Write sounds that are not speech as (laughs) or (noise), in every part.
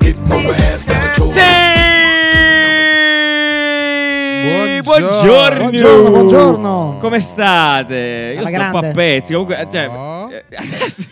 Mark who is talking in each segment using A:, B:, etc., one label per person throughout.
A: Get my ass down the
B: Sì! Buongiorno.
C: Buongiorno, buongiorno.
B: Come state? Io
C: Alla
B: sto un po' a
C: grande.
B: pezzi. Comunque, cioè,
D: No.
B: eh, (laughs) adesso-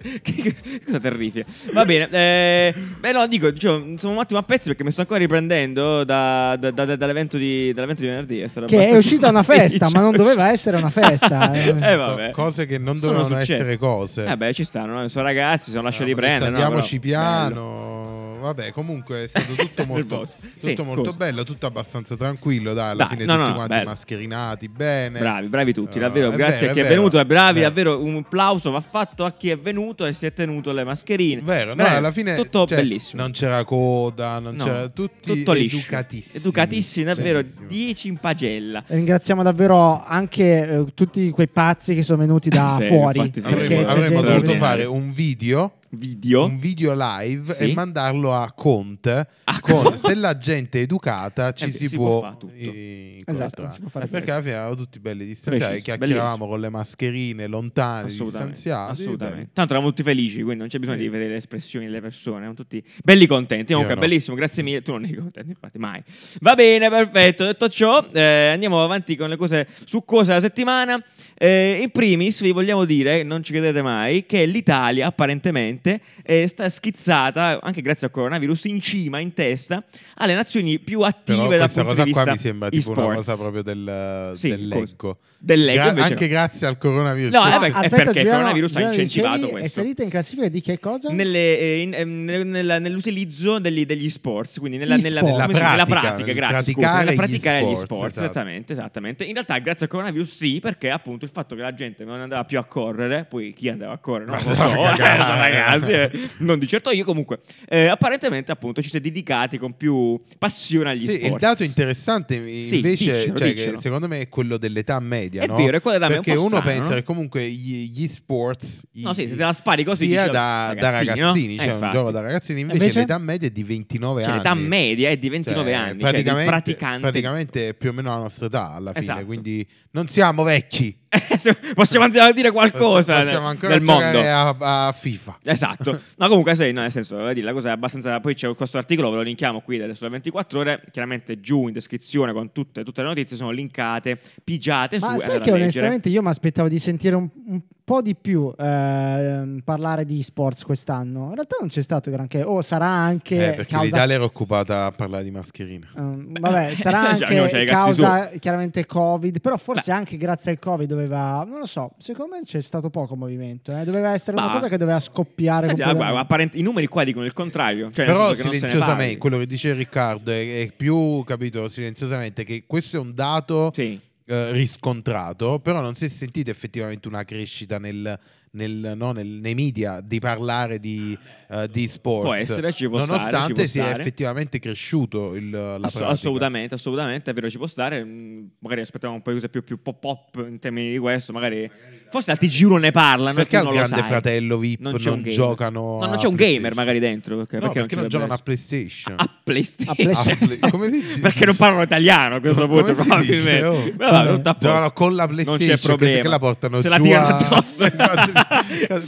B: che- che- cosa terrifica. Va bene. eh, beh, no, dico, dicevo, sono un attimo a pezzi perché mi sto ancora riprendendo da- da- da- da- dall'evento, di, dall'evento di venerdì. sarà
C: Che è
B: abbastanza
C: uscita una festa,
B: massiccio.
C: ma non doveva essere
B: (laughs)
C: una festa. eh.
B: eh, vabbè.
D: Co- cose che non
B: Sono
D: dovevano
B: successe.
D: essere cose.
B: Eh beh, ci stanno, no? sono ragazzi, sono lasciati
D: Abbiamo detto,
B: prendere. no?
D: Ah, Andiamoci
B: Però- bello.
D: piano. Vabbè, comunque
B: (laughs)
D: è stato tutto molto,
B: Nervoso. Sì,
D: tutto molto
B: cosa?
D: bello, tutto abbastanza tranquillo. Dai, alla
B: Dai,
D: fine
B: no,
D: tutti
B: no,
D: quanti
B: bello.
D: mascherinati, bene.
B: Bravi, bravi tutti,
D: Eh,
B: davvero.
D: è
B: grazie
D: vero,
B: a chi è,
D: vero.
B: venuto, è bravi,
D: Vero.
B: davvero. Un applauso va fatto a chi è venuto e si è tenuto le mascherine.
D: Vero, no,
B: Bravi,
D: alla fine
B: tutto
D: cioè,
B: bellissimo.
D: Non c'era coda, non
B: No,
D: c'era cioè, tutti
B: tutto liscio.
D: educatissimi.
B: Educatissimi, davvero.
D: Bellissimo.
B: 10 in pagella.
C: Ringraziamo davvero anche eh, tutti quei pazzi che sono venuti da
B: (laughs) Sì,
C: fuori.
B: infatti sì.
C: perché
D: avremmo
C: c'è
D: avremmo
C: gente che
D: dovuto
C: viene-
D: fare un video
B: Video.
D: un video live
B: Sì.
D: e mandarlo a Conte.
B: A
D: con-
B: Conte.
D: se la gente è educata ci
B: Eh,
D: si,
B: si può
D: può,
B: fare tutto.
D: eh,
C: Esatto,
D: incontrare.
C: si può fare
D: perché
B: tutto.
D: alla fine eravamo tutti belli distanziati,
B: Preciso,
D: chiacchieravamo
B: bellissimo.
D: con le mascherine lontane,
B: Assolutamente,
D: distanziati.
B: assolutamente. Tanto eravamo tutti felici, quindi non c'è bisogno
D: Sì.
B: di vedere le espressioni delle persone, erano tutti belli contenti. Comunque,
D: no.
B: bellissimo, grazie mille. Tu non eri contento, infatti, mai. Va bene, perfetto. Detto ciò, eh, andiamo avanti con le cose succose della settimana. Eh, in primis, vi vogliamo dire, non ci credete mai, che l'Italia apparentemente eh, sta schizzata, anche grazie al coronavirus, in cima, in testa, alle nazioni più
D: Però
B: attive dal
D: questa
B: punto
D: cosa
B: di vista
D: qua mi sembra tipo una
B: e-sports.
D: cosa proprio del,
B: Sì,
D: dell'elenco.
B: Dell'elenco,
D: Gra-
B: invece
D: anche
B: no.
D: grazie al coronavirus.
B: No, eh,
C: No,
B: beh, è
C: aspetta,
B: perché il
C: Giuliano-
B: coronavicevi
C: Giuliano
B: ha incentivato
C: Vicevi È
B: questo.
C: salita in classifica di che cosa?
B: Nelle, eh, in- ehm, nel- nella- nell'utilizzo degli, degli sports, quindi nella, nella,
C: E-sport.
B: nella- come si dice?
D: Nella
B: Nella
D: pratica,
B: pratica,
D: nel
B: grazie, scusa,
D: praticare
B: nella
D: gli
B: praticare gli
D: sports,
B: sport,
D: esatto.
B: esattamente, esattamente. In realtà, grazie al coronavirus, sì, perché appunto il fatto che la gente non andava più a correre, poi chi andava a correre,
D: Ma
B: non lo so,
D: porca
B: eh,
D: cagata.
B: ragazzi, eh, non di certo io comunque. Eh, apparentemente, appunto, ci si è dedicati con più passione agli
D: Sì,
B: sport.
D: il dato interessante
B: Sì,
D: invece,
B: diccelo,
D: cioè, che
B: diccelo.
D: secondo me, è quello dell'età media.
B: È
D: no?
B: vero, è quello dell'età media,
D: Perché
B: un po'
D: uno
B: strano,
D: pensa
B: no?
D: che comunque gli, gli sports
B: No,
D: i-
B: sì, se te la spari così,
D: sia
B: dici,
D: da da
B: ragazzini, no?
D: ragazzini,
B: Eh,
D: cioè un
B: infatti.
D: gioco da ragazzini. Invece,
C: Invece?
D: l'età media è di 29
B: Cioè,
D: anni.
B: l'età media è di 29
D: Cioè,
B: anni,
D: praticamente,
B: cioè del praticante.
D: praticamente è più o meno la nostra età alla fine.
B: Esatto.
D: Quindi non siamo vecchi.
B: (laughs) Possiamo andare a dire qualcosa
D: Possiamo ancora
B: del
D: giocare
B: mondo.
D: A, a FIFA.
B: Esatto, no comunque sì, no, nel senso, voglio dire, la cosa è abbastanza... Poi c'è questo articolo, ve lo linkiamo qui adesso da 24 ore, chiaramente giù in descrizione con tutte, tutte le notizie sono linkate, pigiate
C: Ma
B: su...
C: sai
B: è
C: che
B: da leggere.
C: onestamente io mi aspettavo di sentire un, un po' di più ehm, parlare di sports quest'anno. In realtà non c'è stato granché. O sarà
D: Eh,
C: anche
D: perché
C: causa
D: l'Italia era occupata a parlare di mascherina.
C: Ehm,
B: (laughs)
C: vabbè, sarà
B: Cioè, ognuno c'ha
C: anche
B: i cazzi
C: causa chiaramente Covid, però forse
B: Beh.
C: anche grazie al Covid doveva, non lo so, secondo me c'è stato poco movimento, eh. doveva essere
B: Ma-
C: una cosa che doveva scoppiare
B: Senti, ah, guarda,
C: completamente.
B: apparent- I numeri qua dicono il contrario. Cioè nel
D: Però
B: senso che non se ne
D: silenziosamente,
B: parli.
D: quello che dice Riccardo è, è più capito silenziosamente che questo è un dato
B: Sì.
D: eh, riscontrato, però non si è sentita effettivamente una crescita nel, nel- no, nel- nei media di parlare di, eh, di sports.
B: Può essere, ci può stare,
D: Nonostante
B: ci può
D: sia
B: stare.
D: effettivamente cresciuto il, la
B: Ass-
D: pratica.
B: assolutamente, assolutamente, è vero, ci può stare. Mm, Magari aspettavamo un po' di cose più, più pop pop in termini di questo. Magari forse al TG1 ne parlano. e
D: Perché
B: tu
D: al
B: non lo
D: Grande
B: sai.
D: Fratello VIP non,
B: gamer.
D: giocano
B: No, non
D: a
B: c'è un gamer
D: PlayStation?
B: magari dentro. Perché,
D: No, perché, non
B: ci dovrebbe
D: giocano a
B: essere? (laughs)
D: PlayStation?
B: A PlayStation.
C: A PlayStation.
D: A
B: (laughs)
D: play- come si dice?
B: Perché non parlano italiano a questo
D: (laughs) Come
B: punto,
D: si
B: probabilmente.
D: dice? Oh.
B: Ma vabbè,
C: Vabbè.
B: tutto a posto.
D: Giocano con la
B: Non
D: PlayStation
B: c'è problema.
D: che la portano
B: Se
D: giù
B: la tirano
D: a- (laughs)
B: addosso.
D: Infatti,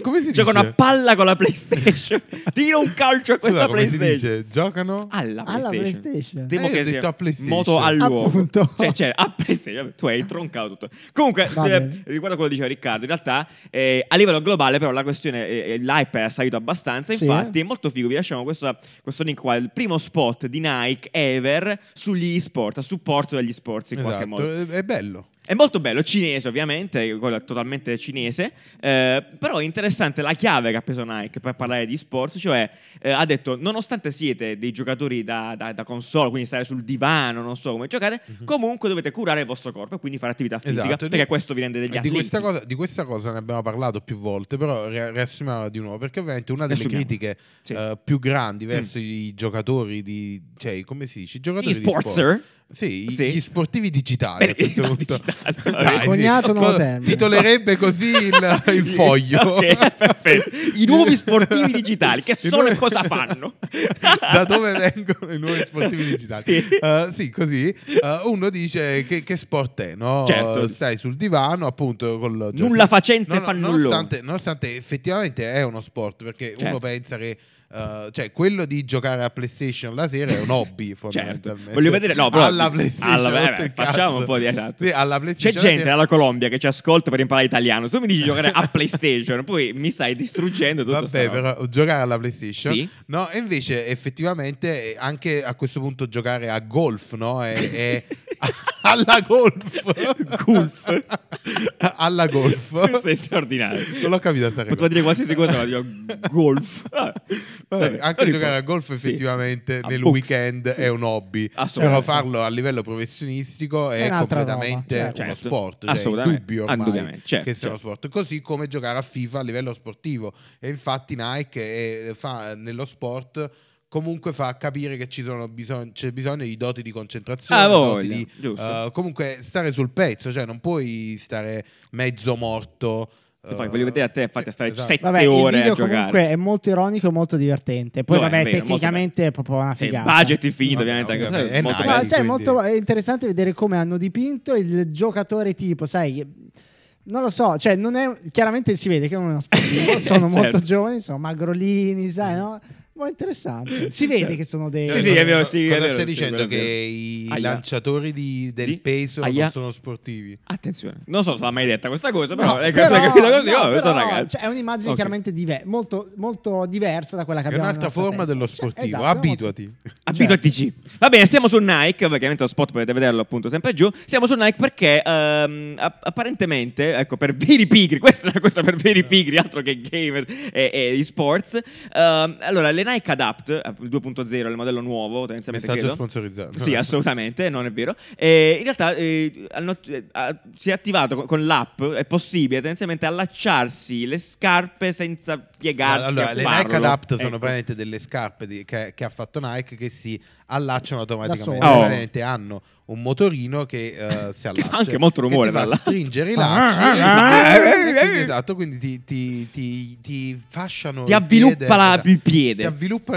D: come si dice?
B: Giocano a palla con la PlayStation. (laughs) Tira un calcio a
D: Scusa,
B: questa
D: come si
B: PlayStation. Ah,
D: dice? Giocano
B: Alla
C: Alla
B: PlayStation.
C: PlayStation.
B: Temo
D: Eh, io
B: che
D: ho detto
B: sia
D: a PlayStation.
B: Moto all'uovo.
C: Appunto.
B: Cioè, cioè, a PlayStation. Vabbè, Tu hai troncato tutto. Comunque,
C: Va
B: eh,
C: bene.
B: riguardo a quello che diceva Riccardo, in realtà eh, a livello globale però la questione, eh, eh, l'hype è salito abbastanza.
C: Sì.
B: Infatti è molto figo. Vi lasciamo questa- questo link qua. Il primo spot di Nike ever sugli e-sport, a supporto degli sport in qualche
D: Esatto,
B: modo.
D: è- è bello.
B: È molto bello, cinese ovviamente, quello è totalmente cinese, eh, però è interessante la chiave che ha preso Nike per parlare di sports, cioè eh, ha detto nonostante siete dei giocatori da, da- da console, quindi stare sul divano, non so come giocate, comunque dovete curare il vostro corpo e quindi fare attività fisica,
D: Mhm. Esatto, e
B: perché
D: di-
B: questo vi rende degli
D: di
B: atleti.
D: questa, cosa, di questa cosa ne abbiamo parlato più volte, però ri- riassumiamola di nuovo, perché ovviamente una delle
B: Riassumiamo.
D: critiche
B: Sì. Mm.
D: eh, più grandi verso i giocatori di... cioè, come si dice? I giocatori
B: Gli
D: di sport.
B: sportser?
D: Sì,
B: Sì.
D: gli sportivi digitali.
B: Beh,
D: a questo
B: no,
D: punto.
B: digitali,
D: Dai,
B: vabbè.
D: sì.
C: Cognato nuovo
D: Co-
C: termine.
D: Titolerebbe così
B: (laughs)
D: il, il foglio.
B: Ok, perfetto. I nuovi sportivi
D: (laughs)
B: digitali, che
D: I
B: sono e
D: nuovi- (laughs)
B: cosa fanno?
D: da dove vengono i nuovi sportivi digitali?
B: Sì.
D: Eh, sì, così. eh, uno dice che, che sport è, no?
B: Certo.
D: Stai sul divano, appunto, col
B: Nulla facente
D: Cioè, No, no,
B: fannullone.
D: nonostante, nonostante effettivamente è uno sport, perché
B: Certo.
D: uno pensa che eh, eh, cioè, quello di giocare a PlayStation la sera è un
B: (laughs)
D: hobby, fondamentalmente.
B: Certo. Voglio vedere, no, però,
D: alla PlayStation.
B: alla- vabbè,
D: otto il
B: facciamo
D: cazzo.
B: un po' di- esatto.
D: Sì, alla
B: C'è
D: PlayStation. la
B: gente
D: sera-
B: dalla Colombia che ci ascolta per imparare italiano. Se tu mi dici di giocare a (laughs) PlayStation, poi mi stai distruggendo tutto. sta
D: Vabbè,
B: roba.
D: però giocare alla PlayStation.
B: Sì.
D: No, e invece effettivamente eh, anche a questo punto giocare a golf, no? È,
B: (laughs)
D: è- (laughs) alla golf.
B: Golf.
D: (laughs) alla golf.
B: Questo è straordinario.
D: Non l'ho capito, saremo.
B: Poteva dire qualsiasi cosa, ma
D: (laughs)
B: dico golf. Vabbè,
D: Vabbè,
B: vabbè,
D: Eh, anche
B: non importa.
D: giocare a golf
B: Sì.
D: effettivamente
B: A
D: nel
B: books.
D: weekend
B: Sì.
D: è un hobby, però
B: Assolutamente.
D: farlo a livello professionistico è,
C: È un'altra
D: completamente
C: roba,
B: certo.
D: uno
B: Certo,
D: sport, cioè, è
B: assolutamente,
D: indubbio ormai
B: indubbiamente, certo,
D: che sia uno
B: certo.
D: sport, così come giocare a FIFA a livello sportivo e infatti Nike eh, fa nello sport comunque fa capire che ci sono bisog- c'è bisogno di doti di concentrazione,
B: Ah,
D: doti
B: voglia,
D: di
B: giusto.
D: eh, comunque stare sul pezzo, cioè non puoi stare mezzo morto. eh,
B: Poi voglio vedere a te, infatti, a stare
D: esatto.
B: sette
C: Vabbè, il
B: ore
C: video
B: a giocare.
C: comunque è molto ironico e molto divertente. Poi,
B: Lo è,
C: vabbè,
B: è vero, molto
C: tecnicamente è proprio una
B: Sì, il
C: figata.
B: budget infinito,
D: Vabbè,
B: ovviamente. anche-
D: ovviamente, è
B: molto
D: nice.
B: bello.
C: Ma sai, è
D: quindi-
C: molto è interessante vedere come hanno dipinto il giocatore tipo, sai. Non lo so, cioè, non è, chiaramente si vede che non è uno
B: (laughs)
C: sportivo, sono
B: Certo.
C: molto giovani, sono magrolini, sai, no? Ma è interessante. Si vede
B: Certo.
C: che sono dei...
B: Sì, sì, è vero, sì,
D: Eh, Cosa
B: è vero,
D: stai
B: sì,
D: dicendo?
B: è vero.
D: che i
B: Aia.
D: lanciatori di- del
B: Di?
D: peso
B: Aia.
D: non sono sportivi.
B: Attenzione, non so se l'ha mai detta questa cosa,
C: No,
B: però è capita
C: però-
B: così.
C: no,
B: oh, questo
C: però,
B: ragazzo.
C: cioè, è un'immagine
B: Ok.
C: chiaramente dive- molto, molto diversa da quella che
D: È
C: abbiamo
D: un'altra
C: nella
D: forma
C: nostra testa.
D: dello
C: Cioè,
D: sportivo,
C: esatto, è molto-
D: abituati.
B: Abituatici. Va bene, stiamo su Nike, perché ovviamente lo spot potete vederlo appunto sempre giù. Siamo su Nike perché ehm, app- apparentemente, ecco, per veri pigri, (laughs) questa è una cosa per veri pigri, altro che gamer e, e esports. ehm, allora, le Nike Adapt eh, il 2.0, il modello nuovo, tendenzialmente credo.
D: Messaggio sponsorizzato.
B: Sì, assolutamente, non è vero. Eh, in realtà eh, hanno- eh, ah, si è attivato co- con l'app, è possibile tendenzialmente allacciarsi le scarpe senza piegarsi.
D: Allora,
B: a
D: le
B: sparlo.
D: Nike Adapt sono
B: eh, Ecco.
D: praticamente delle scarpe di- che, che ha fatto Nike che si allacciano automaticamente.
C: Da
B: sole. Oh.
D: Praticamente hanno un motorino
B: (laughs)
D: che eh, si allaccia.
B: fa anche molto rumore, Ah,
D: Che ti
B: tra
D: fa
B: l'altro.
D: stringere i
B: ah,
D: lacci.
B: eh,
D: e quindi, esatto, quindi ti, ti, ti, ti fasciano.
B: Ti
D: il
B: avviluppa
D: piede,
B: la-
D: esatto.
B: il piede.
D: Ti avviluppa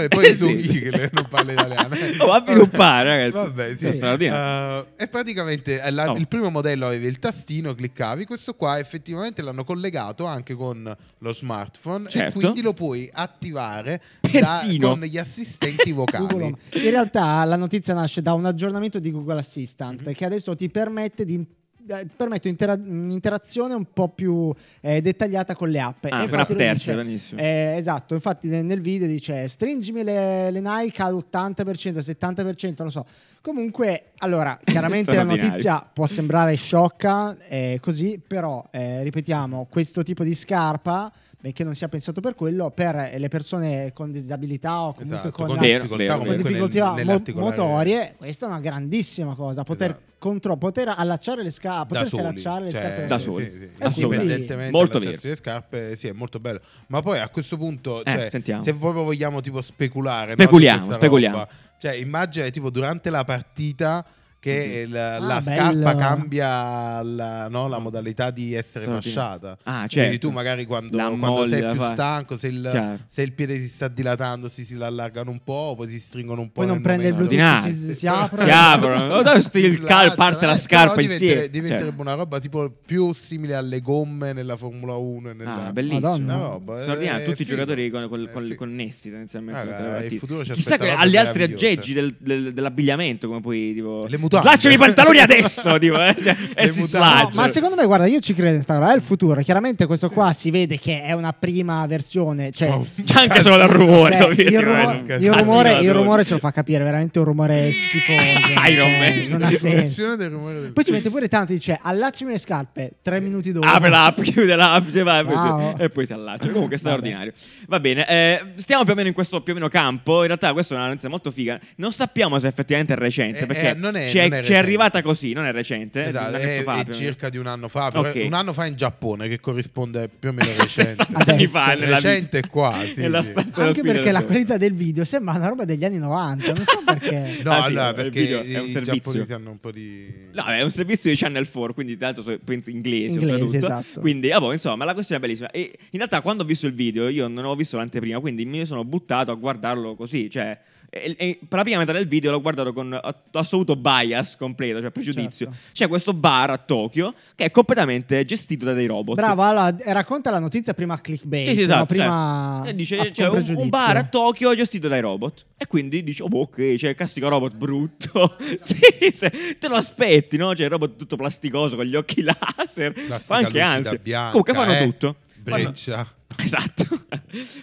B: (laughs)
D: e poi
B: Eh,
D: tu
B: sì.
D: dici che lei non
B: (laughs)
D: parla italiano.
B: Oh, avviluppare, ragazzi.
D: Vabbè, sì.
B: È straordinario.
D: Eh, e praticamente eh, la-
B: Oh.
D: il primo modello aveva il tastino, cliccavi. Questo qua effettivamente l'hanno collegato anche con lo smartphone.
B: Certo.
D: E quindi lo puoi attivare da-
B: Persino.
D: con gli assistenti
C: Google
D: vocali.
C: Home. In realtà la notizia nasce da un aggiornamento di Google Assistant
B: Mhm.
C: che adesso ti permette di eh, permette un'intera- un'interazione un po' più eh, dettagliata con le app. E
B: Ah, con
C: infatti
B: app
C: lui
B: terze,
C: dice-
B: benissimo.
C: eh, esatto, infatti nel, nel video dice stringimi le, le Nike all'80%, 70%, non so. Comunque, allora, chiaramente la
B: Straordinario.
C: notizia può sembrare sciocca, eh, così, però, eh, ripetiamo, questo tipo di scarpa, benché non sia pensato per quello, per le persone con disabilità o comunque
D: Esatto,
C: con,
D: con
B: Vero,
D: difficoltà,
B: vero,
C: con
B: vero.
D: comunque nel-
C: difficoltà mo-
D: nell'articolare-
C: motorie, questa è una grandissima cosa. Poter,
D: Esatto.
C: contro- poter allacciare le scarpe,
D: da
C: potersi
D: soli,
C: allacciare le
D: cioè,
C: scarpe
B: da
D: sì,
B: soli.
D: sì, sì.
B: Assolutamente.
D: indipendentemente
B: Molto
D: dall'accesso alle scarpe sì è molto bello ma poi a questo punto
B: Eh,
D: cioè,
B: sentiamo.
D: se proprio vogliamo tipo speculare no,
B: Speculiamo,
D: su questa
B: speculiamo.
D: roba, cioè immagina tipo durante la partita
B: Mm-hmm.
D: che il- la
C: Ah,
D: scarpa
C: bello.
D: cambia la, no, la modalità di essere
B: Sono
D: fasciata
B: Ah,
D: quindi
B: certo.
D: tu magari quando,
B: La
D: quando
B: molli
D: sei
B: da
D: più
B: fare.
D: stanco se il,
B: Chiaro.
D: se il piede si sta dilatando si, si allargano un po' poi si stringono un po'
C: Poi non
D: nel
C: prende il
D: momento.
C: Bluetooth,
B: Ordinario.
C: si, si
D: Sì. (laughs)
C: apre.
B: Si aprono. Oh, dai, sti- il cal- parte la
D: Eh,
B: scarpa
D: però diventere-
B: insieme. Cioè.
D: Diventerebbe una roba tipo più simile alle gomme nella Formula 1 e nella...
B: Ah, bellissimo.
C: Madonna.
D: Una roba, eh,
B: Straordinario, tutti i
D: figo.
B: giocatori con- con-
D: Eh,
B: con-
D: figo.
B: connessi tendenzialmente.
D: Ah,
B: durante la
D: eh, il
B: partita.
D: futuro ci
B: Chissà
D: aspetta
B: che-
D: robe
B: agli altri
D: meravigliose.
B: aggeggi del- del- dell'abbigliamento, come puoi tipo
D: Le mutande.
B: slacciami i pantaloni
D: (laughs)
B: adesso, tipo, eh, se-
D: Le
B: e si
D: mutande.
C: No,
B: slaccia.
C: ma secondo me, guarda, io ci credo in sta roba, È il futuro. Chiaramente, questo qua si vede che è una prima versione. Cioè,
D: Oh,
B: (laughs) (laughs) C'è anche solo dal rumore,
C: cioè, il,
B: ovviamente,
C: rumore,
B: guarda.
C: il,
B: Ah, sì,
C: rumore,
B: no,
C: il
B: tu-
C: rumore ce lo fa capire. È veramente
B: (laughs)
C: un rumore schifoso.
B: Iron
C: cioè,
B: Man.
C: non ha senso.
D: Rivoluzione del rumore del-
C: Poi ci mette pure tanto. Dice allacciami le scarpe. Tre minuti dopo.
B: Apre l'app, chiude l'app se va, e poi si-
C: Ciao.
B: e poi si
C: (laughs)
B: allaccia. Comunque è
C: Vabbè.
B: straordinario. Va bene, eh, stiamo più o meno in questo più o meno campo. In realtà, questa è una notizia molto figa. Non sappiamo se effettivamente è recente,
D: Eh,
B: perché
D: eh, non è-
B: ci
D: non è
B: è- ci
D: recente.
B: è arrivata così, non è recente.
D: Esatto,
B: un
D: è,
B: annetto fa,
D: è
B: più o meno.
D: circa di un anno fa, però
B: Ok.
D: è un anno fa in Giappone che corrisponde più o
B: (laughs)
D: meno recente.
B: 60 anni fa
D: Adesso.
B: nella vita.
D: Recente qua,
B: (laughs)
D: sì,
B: Nella
D: sì.
B: stanza
C: Anche
B: dello
C: perché la
B: spirito.
C: qualità del video sembra una roba degli anni 90, non so
B: (laughs)
C: perché.
D: No,
B: Ah, sì,
D: allora,
B: è il
D: perché
B: video, è un
D: i
B: servizio.
D: giapponesi hanno un po' di...
B: No, è un servizio di Channel 4, quindi tra l'altro so- penso inglese,
C: Inglese,
B: oltretutto.
C: esatto.
B: Quindi, ah, boh, insomma, la questione è bellissima. E in realtà, quando ho visto il video, io non avevo visto l'anteprima, quindi mi sono buttato a guardarlo così, cioè. e- e- e per la prima metà del video l'ho guardato con a- assoluto bias completo, cioè pregiudizio.
C: Certo.
B: C'è questo bar a Tokyo che è completamente gestito da dei robot.
C: Bravo, allora, eh, racconta la notizia prima clickbait.
B: Sì, sì, esatto.
C: prima
B: cioè,
C: prima
B: eh, dice,
C: a-
B: c'è
C: con
B: un- un,
C: pregiudizio.
B: bar a Tokyo gestito dai robot. E quindi dici, oh, boh, ok, c'è il classico robot brutto. (laughs)
C: Esatto.
B: sì, se- te lo aspetti, no? C'è il robot tutto plasticoso con gli occhi (laughs) laser.
D: Classica
B: Fa anche
D: lucida
B: ansia.
D: bianca,
B: Comunque fanno
D: eh.
B: tutto. Fanno-
D: Breccia.
B: (laughs) Esatto,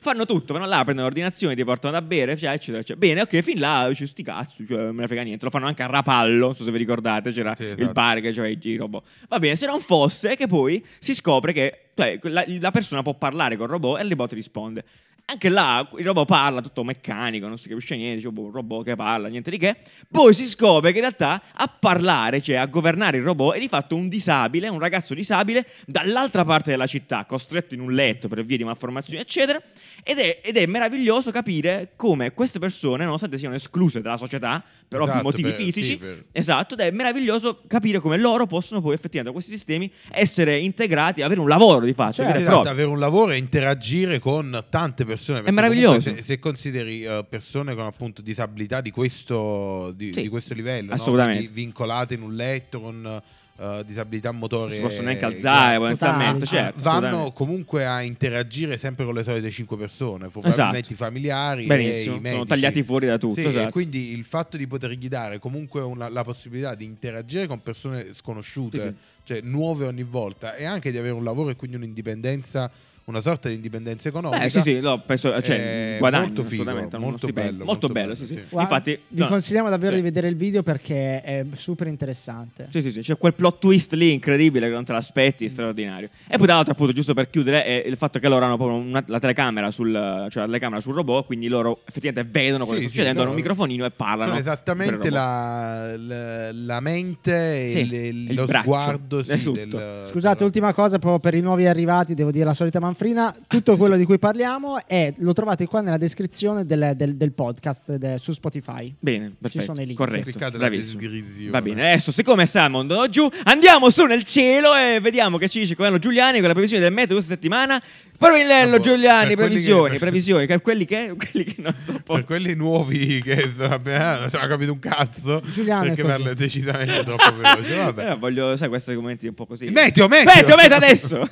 B: fanno tutto, vanno là, prendono l'ordinazione, ti portano da bere, cioè, eccetera, eccetera. Bene, ok, fin là, cioè, sti cazzo, cioè, me ne frega niente. Lo fanno anche a rapallo, non so se vi ricordate, c'era
D: Sì,
B: il
D: esatto.
B: bar che c'era i, i robot. Va bene, se non fosse che poi si scopre che cioè, la, la persona può parlare col robot e il robot risponde. Anche là il robot parla, tutto meccanico, non si capisce niente, cioè, boh, un robot che parla, niente di che. Poi si scopre che in realtà a parlare, cioè a governare il robot, è di fatto un disabile, un ragazzo disabile, dall'altra parte della città, costretto in un letto per via di malformazioni, eccetera. Ed è, ed è meraviglioso capire come queste persone, nonostante siano escluse dalla società, per ovvi
D: Esatto,
B: motivi
D: per-
B: fisici,
D: sì, per-
B: Esatto, ed è meraviglioso capire come loro possono poi effettivamente da questi sistemi essere integrati, avere un lavoro di fatto.
C: Certo.
B: vero e
D: Esatto,
B: proprio.
D: avere un lavoro e interagire con tante persone. perché
B: meraviglioso.
D: comunque Se, se consideri eh, persone con appunto disabilità di questo, di,
B: Sì,
D: di questo livello, no?
B: assolutamente.
D: Quindi vincolate in un letto con eh, disabilità motore,
B: Non si possono neanche alzare potenzialmente,
C: totale.
B: certo.
D: vanno
B: assolutamente.
D: comunque a interagire sempre con le solite cinque persone, probabilmente i familiari
B: Esatto. Benissimo,
D: e i medici.
B: sono tagliati fuori da tutto.
D: Sì,
B: esatto.
D: e quindi il fatto di potergli dare comunque una- la possibilità di interagire con persone sconosciute,
B: Sì, sì.
D: cioè nuove ogni volta, e anche di avere un lavoro e quindi un'indipendenza, una sorta di indipendenza economica.
B: Beh, sì, sì, no, penso, cioè,
D: Eh,
B: guadagno
D: molto figo,
B: assolutamente, uno
D: molto
B: stipendio.
D: bello,
B: molto
D: molto
B: bello,
D: bello,
B: sì, sì.
D: sì.
C: Guarda,
B: Infatti,
C: vi
B: no,
C: consigliamo davvero
B: sì.
C: di vedere il video perché è super interessante.
B: Sì, sì, sì, c'è quel plot twist lì incredibile che non te l'aspetti, straordinario. E poi, tra l'altro, appunto, giusto per chiudere, è il fatto che loro hanno proprio una- la telecamera sul, cioè la telecamera sul robot, quindi loro effettivamente vedono quello
D: Sì,
B: che sta
D: sì,
B: succedendo,
D: loro-
B: hanno un microfonino e parlano.
D: Sono
B: per
D: esattamente
B: il robot.
D: la, la- la mente e
B: Sì,
D: il-
B: il
D: lo
B: braccio,
D: sguardo sì,
B: esatto.
D: del,
C: Scusate,
D: del-
C: ultima cosa proprio per i nuovi arrivati, devo dire la solita manfrina, tutto quello di cui parliamo è, lo trovate qua nella descrizione del, del- del podcast de- su Spotify.
B: Bene, perfetto.
C: sono i link.
B: Corretto.
D: Cliccate la
B: bravissimo.
D: descrizione.
B: Va bene, adesso siccome Salmon andò giù, andiamo su nel cielo e vediamo che ci dice Coelho Giuliani con la previsione del meteo questa settimana. Parolinello
D: Vabbè,
B: Giuliani,
D: per quelli
B: previsioni,
D: che-
B: previsioni, per quelli che, (laughs) quelli che non so
D: Per quelli nuovi che sono appena- non ha capito un cazzo,
C: Giuliano è
D: perché
C: così.
D: parla decisamente troppo veloce. Vabbè.
B: Eh, voglio, sai, questi commenti un po' così.
D: Meteo, meteo!
B: Meteo, meteo adesso!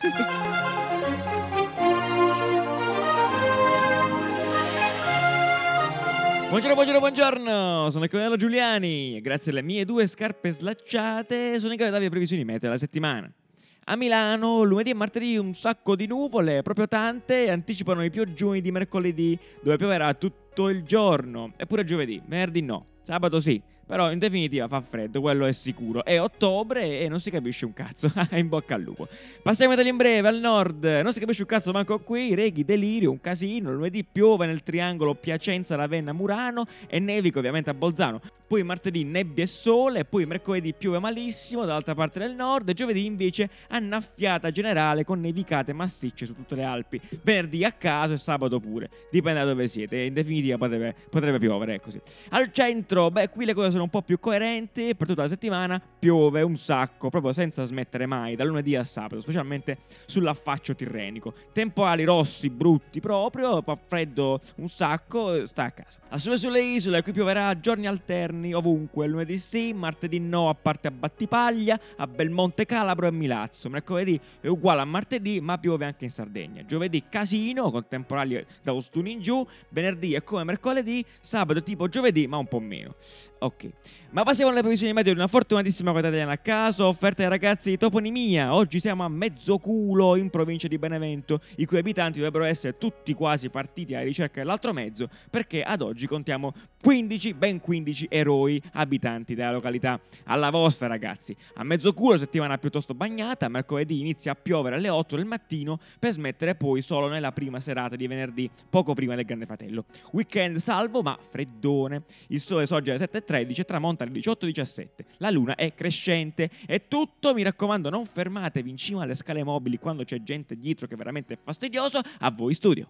B: Buongiorno, buongiorno, buongiorno! Sono il colonnello Giuliani. Grazie alle mie due scarpe slacciate sono in grado di dare previsioni meteo della settimana. A Milano, lunedì e martedì un sacco di nuvole, proprio tante, anticipano i pioggioni di mercoledì, dove pioverà tutto il giorno. Eppure giovedì, venerdì no, sabato sì. Però in definitiva fa freddo, quello è sicuro. È ottobre e non si capisce un cazzo. (laughs) in bocca al lupo. Passiamo in breve al nord. Non si capisce un cazzo manco qui. Reghi, delirio, un casino. Lunedì piove nel triangolo Piacenza, Ravenna, Murano e nevico ovviamente a Bolzano. Poi martedì nebbia e sole, poi mercoledì piove malissimo dall'altra parte del nord e giovedì invece annaffiata generale con nevicate massicce su tutte le Alpi. Venerdì a caso e sabato pure, dipende da dove siete. In definitiva potrebbe, potrebbe piovere, ecco è così. Al centro, beh, qui le cose sono un po' più coerenti. Per tutta la settimana piove un sacco, proprio senza smettere mai, da lunedì a sabato, specialmente sull'affaccio tirrenico. Temporali rossi, brutti proprio, fa freddo un sacco, sta a casa. A sole sulle isole, qui pioverà a giorni alterni ovunque, lunedì sì, martedì no, a parte a Battipaglia, a Belmonte Calabro e a Milazzo. Mercoledì è uguale a martedì, ma piove anche in Sardegna. Giovedì casino, con temporali da Ostuni in giù, venerdì è come mercoledì, sabato tipo giovedì, ma un po' meno. Ok. Ma passiamo alle previsioni meteo di una fortunatissima quota italiana a caso, offerta ai ragazzi di toponimia. Oggi siamo a Mezzoculo, in provincia di Benevento, i cui abitanti dovrebbero essere tutti quasi partiti alla ricerca dell'altro mezzo, perché ad oggi contiamo 15, ben 15 eroi abitanti della località. Alla vostra, ragazzi. A Mezzoculo, settimana piuttosto bagnata, mercoledì inizia a piovere alle 8 del mattino, per smettere poi solo nella prima serata di venerdì, poco prima del Grande Fratello. Weekend salvo, ma freddone. Il sole sorge alle 7.13 e tramonta alle 18.17. La luna è crescente. È tutto, mi raccomando, non fermatevi in cima alle scale mobili quando c'è gente dietro che è veramente fastidioso. A voi studio.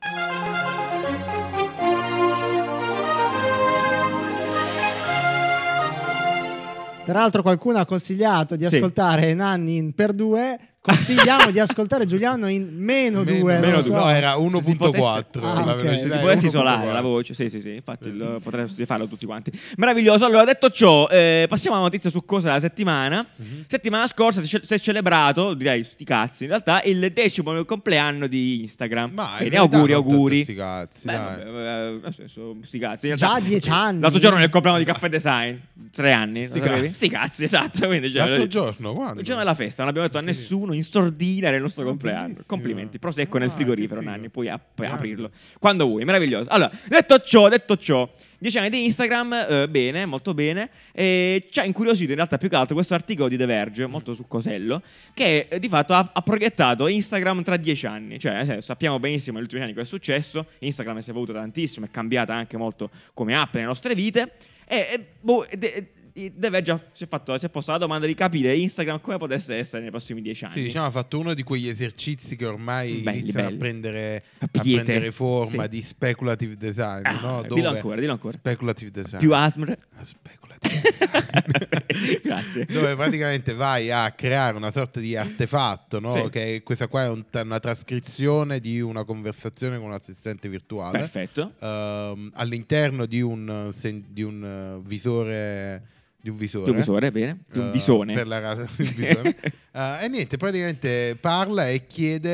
C: Peraltro qualcuno ha consigliato di
B: Sì.
C: ascoltare Nanni in per due Consigliamo di ascoltare Giuliano in meno
D: Meno-
C: due. non
B: meno
C: so.
B: due.
D: No, eh, era
B: Se si potesse-
D: 1.4
C: Ah,
D: la
C: ok.
B: Se
D: velocità.
B: Cioè, si
D: è
B: potesse
D: 1.4.
B: isolare la voce, sì, sì, sì, infatti lo- potremmo farlo tutti quanti. Meraviglioso. Allora, detto ciò, eh, passiamo alla notizia su cosa della settimana.
D: Mhm.
B: Settimana scorsa si, ce- si è celebrato, direi sti cazzi, in realtà il decimo compleanno di Instagram.
D: Ma
B: Bene,
D: in realtà
B: auguri,
D: non tanto
B: auguri.
D: sti cazzi,
B: Beh,
D: dai.
B: vabbè, eh, nel senso, sti cazzi. in
C: Già
B: realtà-
C: dieci anni.
B: L'altro giorno nel compleanno di Caffè Design, tre anni.
D: Sti
B: lo sapevi?
D: cazzi.
B: Sti cazzi, (laughs) esatto. Quindi, cioè,
D: L'altro giorno, quando?
B: Il giorno della festa, non abbiamo detto a nessuno in sordina nel nostro
D: Ah,
B: compleanno.
D: bellissimo.
B: Complimenti, prosecco nel
D: Ah,
B: frigorifero,
D: che figo.
B: Nanni, puoi, ap- puoi
D: Grande.
B: aprirlo quando vuoi, meraviglioso. Allora, detto ciò, detto ciò, 10 anni di Instagram, eh, bene, molto bene. E ci ha incuriosito in realtà più che altro questo articolo di The Verge, molto su Cosello, che eh, di fatto ha, ha proiettato Instagram tra 10 anni. Cioè, nel senso, sappiamo benissimo negli ultimi anni cosa è successo. Instagram si è evoluto tantissimo, è cambiata anche molto come app nelle nostre vite. E, e, boh, ed- e- e The Verge ha- si è, fatto, si è posta la domanda di capire Instagram come potesse essere nei prossimi 10 anni.
D: Sì, diciamo, ha fatto uno di quegli esercizi che ormai
B: eh. Belli,
D: iniziano
B: belli.
D: a prendere,
B: A
D: a
B: piete,
D: prendere forma
B: sì.
D: di speculative design.
B: Ah,
D: no?
B: dillo
D: Dove-
B: ancora, dillo ancora.
D: Speculative design.
B: Più ASMR.
D: Ah, Speculative design.
B: (laughs) Grazie.
D: Dove praticamente vai a creare una sorta di artefatto, no?
B: Sì.
D: che questa qua è un- una trascrizione di una conversazione con un assistente virtuale.
B: Perfetto.
D: ehm, all'interno di un, eh, sen- di un eh, visore di un visore,
B: Di un visore, bene. Di un
D: eh,
B: visone.
D: per la rasa-
B: Sì.
D: il visone. Eh, e niente praticamente parla e chiede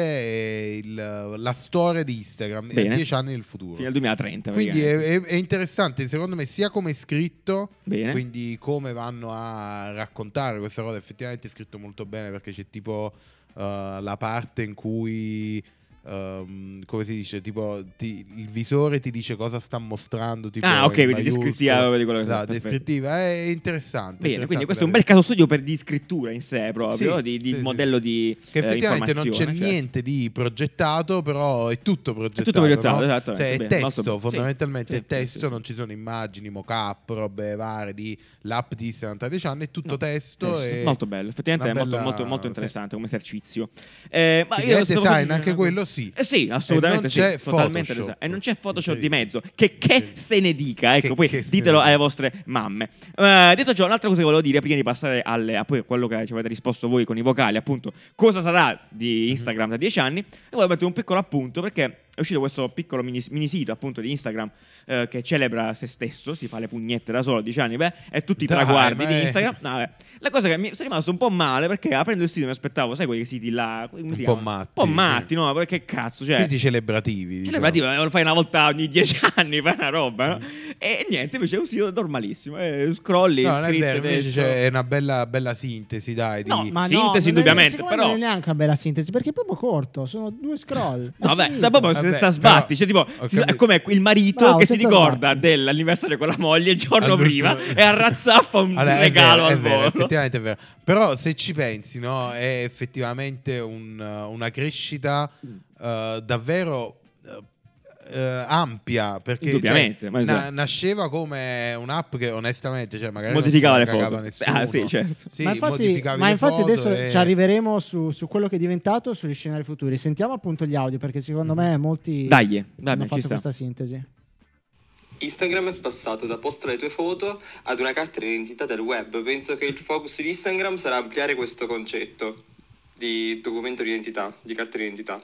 D: eh, il- la storia di Instagram e
B: Bene.
D: 10 anni nel futuro
B: (laughs) Fino al 2030.
D: quindi è,
B: praticamente.
D: è- è interessante secondo me sia come è scritto
B: Bene.
D: quindi come vanno a raccontare questa cosa effettivamente è scritto molto bene perché c'è tipo eh, la parte in cui ehm, come si dice tipo ti- il visore ti dice cosa sta mostrando tipo
B: ah, ok,
D: in
B: quindi
D: maiuscolo.
B: descrittiva proprio di quello che
D: Esatto,
B: perfetto.
D: descrittiva è interessante
B: Bene,
D: interessante
B: quindi questo è un
D: da
B: bel caso studio per di scrittura in sé proprio,
D: Sì,
B: di, di
D: sì, sì.
B: modello di
D: che
B: eh,
D: effettivamente non c'è
B: informazione, cioè.
D: niente di progettato, però è tutto progettato.
B: progettato,
D: no?
B: esattamente,
D: Cioè, è
B: bene, molto
D: testo,
B: bene.
D: fondamentalmente
B: Sì,
D: è
B: sì, sì,
D: testo,
B: sì.
D: non ci sono immagini, mock-up, robe varie di l'app di 73 anni, è tutto
B: No,
D: testo.
B: testo.
D: e
B: Eh, Molto bello, effettivamente è
D: una
B: molto,
D: bella-
B: molto, molto
D: sì.
B: interessante come esercizio. Eh, ma
D: Quindi è
B: stavo
D: design,
B: facendo-
D: anche quello sì.
B: Eh sì, assolutamente
D: E non
B: sì,
D: c'è
B: totalmente
D: Photoshop.
B: design. E non c'è Photoshop di
D: Incredibile.
B: mezzo. Che, che
D: Sì.
B: se ne dica, ecco,
D: Che-
B: poi
D: che se
B: ditelo
D: ne dica.
B: alle vostre mamme. Eh, detto ciò, un'altra cosa che volevo dire prima di passare alle- a poi quello che ci avete risposto voi con i vocali, appunto, cosa sarà
D: Mhm.
B: di Instagram da dieci anni. E volevo mettere un piccolo appunto perché è uscito questo piccolo mini, sito appunto di Instagram eh, che celebra se stesso, si fa le pugnette da solo, dieci anni, beh, e tutti i
D: Dai,
B: traguardi
D: ma
B: di
D: è-
B: Instagram. No, vabbè. La cosa che mi sono rimasto un po' male perché aprendo il sito mi aspettavo, sai, quei siti là, come si
D: Un po'
B: chiamano?
D: matti,
B: un po'
D: sì.
B: matti, no? Perché cazzo, cioè...
D: Siti
B: Cioè,
D: celebrativi. diciamo.
B: la pratica, eh, lo fai una volta ogni dieci (laughs) anni, fai una roba, no? E niente, invece è un sito normalissimo. eh, scrolli,
D: Mm. No, non è
B: scritto,
D: vero, invece
B: testo.
D: c'è una bella, bella sintesi, dai. Di...
B: No, ma-
C: no,
B: Sintesi,
C: non è-
B: indubbiamente,
C: secondo me
B: però-
C: Non è neanche una bella sintesi perché è proprio corto. Sono due scroll.
B: No,
C: È
B: vabbè,
C: finito.
B: da proprio
D: Vabbè,
B: senza sbatti.
D: però-
B: Cioè, tipo,
D: ho
B: si-
D: capito.
B: è come il marito
C: Bravo,
B: che si
C: senza
B: ricorda
C: sbatti.
B: dell'anniversario con la moglie il giorno
D: All'ultimo-
B: prima e arrazzaffa un
D: (laughs) Allora, è
B: regalo
D: vero, è
B: al
D: vero,
B: volo.
D: effettivamente è vero. Però se ci pensi, no, è effettivamente un- una crescita eh, davvero eh, eh, ampia. Perché
B: Indubbiamente,
D: cioè,
B: ma esatto.
D: nasceva come un'app che onestamente cioè, magari non
B: Modificava
D: se
B: le
D: la
B: foto.
D: cagava nessuno.
B: Ah, sì, certo.
D: Sì,
C: ma infatti,
D: modificavi
C: ma
D: le
C: infatti
D: foto
C: adesso
D: e-
C: ci arriveremo su, su quello che è diventato sugli scenari futuri. Sentiamo appunto gli audio perché secondo me molti
B: Dai, dai,
C: hanno
B: ci
C: fatto
B: sta.
C: questa sintesi.
A: Instagram è passato da postare le tue foto ad una carta d'identità del web. Penso che il focus di Instagram sarà ampliare questo concetto di documento di identità, di carta d'identità.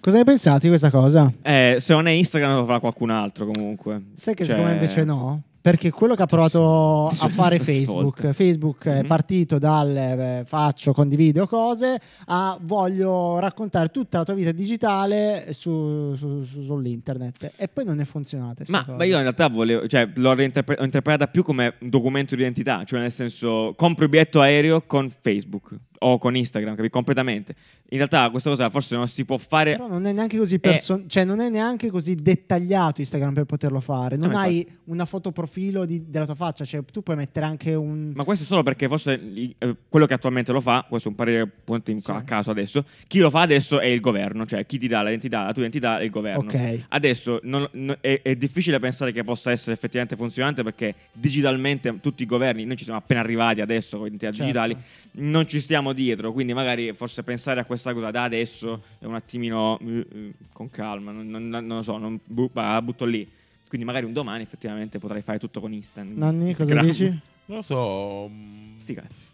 C: Cosa ne pensate di questa cosa?
B: Eh, se non è Instagram lo farà qualcun altro comunque.
C: Sai che
B: Cioè-
C: secondo me invece no? Perché quello che
B: (laughs)
C: ha provato
B: Sì, sì,
C: a fare
B: sì,
C: Facebook,
B: svolta.
C: Facebook è
B: Mhm.
C: partito dal eh, faccio, condivido cose, a voglio raccontare tutta la tua vita digitale su, su- su- sull'internet e poi non è funzionata. sta
B: Ma,
C: cosa.
B: ma io in realtà volevo, cioè, l'ho reinterpre- ho interpretata più come un documento di identità, cioè nel senso compro il biglietto aereo con Facebook o con Instagram, capi? Completamente. In realtà questa cosa forse non si può fare.
C: Però non è neanche così
B: Eh.
C: perso- cioè non è neanche così dettagliato Instagram per poterlo fare. Non
B: Eh, ma
C: hai una foto profilo di- della tua faccia, cioè tu puoi mettere anche un
B: Eh, Ma questo solo perché forse lì, eh, quello che attualmente lo fa, questo è un parere appunto in-
C: Sì.
B: a caso adesso, chi lo fa adesso è il governo, cioè chi ti dà l'identità, la tua identità è il governo.
C: Ok.
B: Adesso non- non- è, è difficile pensare che possa essere effettivamente funzionante perché digitalmente tutti i governi, noi ci siamo appena arrivati adesso con le identità
C: Certo.
B: digitali, non ci stiamo dietro, quindi magari forse pensare a questa cosa da adesso è un attimino eh, eh, con calma, non, non- non lo so, non, bu- la butto lì. Quindi magari un domani effettivamente potrai fare tutto con Instant.
C: Nanni, cosa
B: Instagram.
C: dici?
D: Non lo so. mh,
B: Sti cazzi.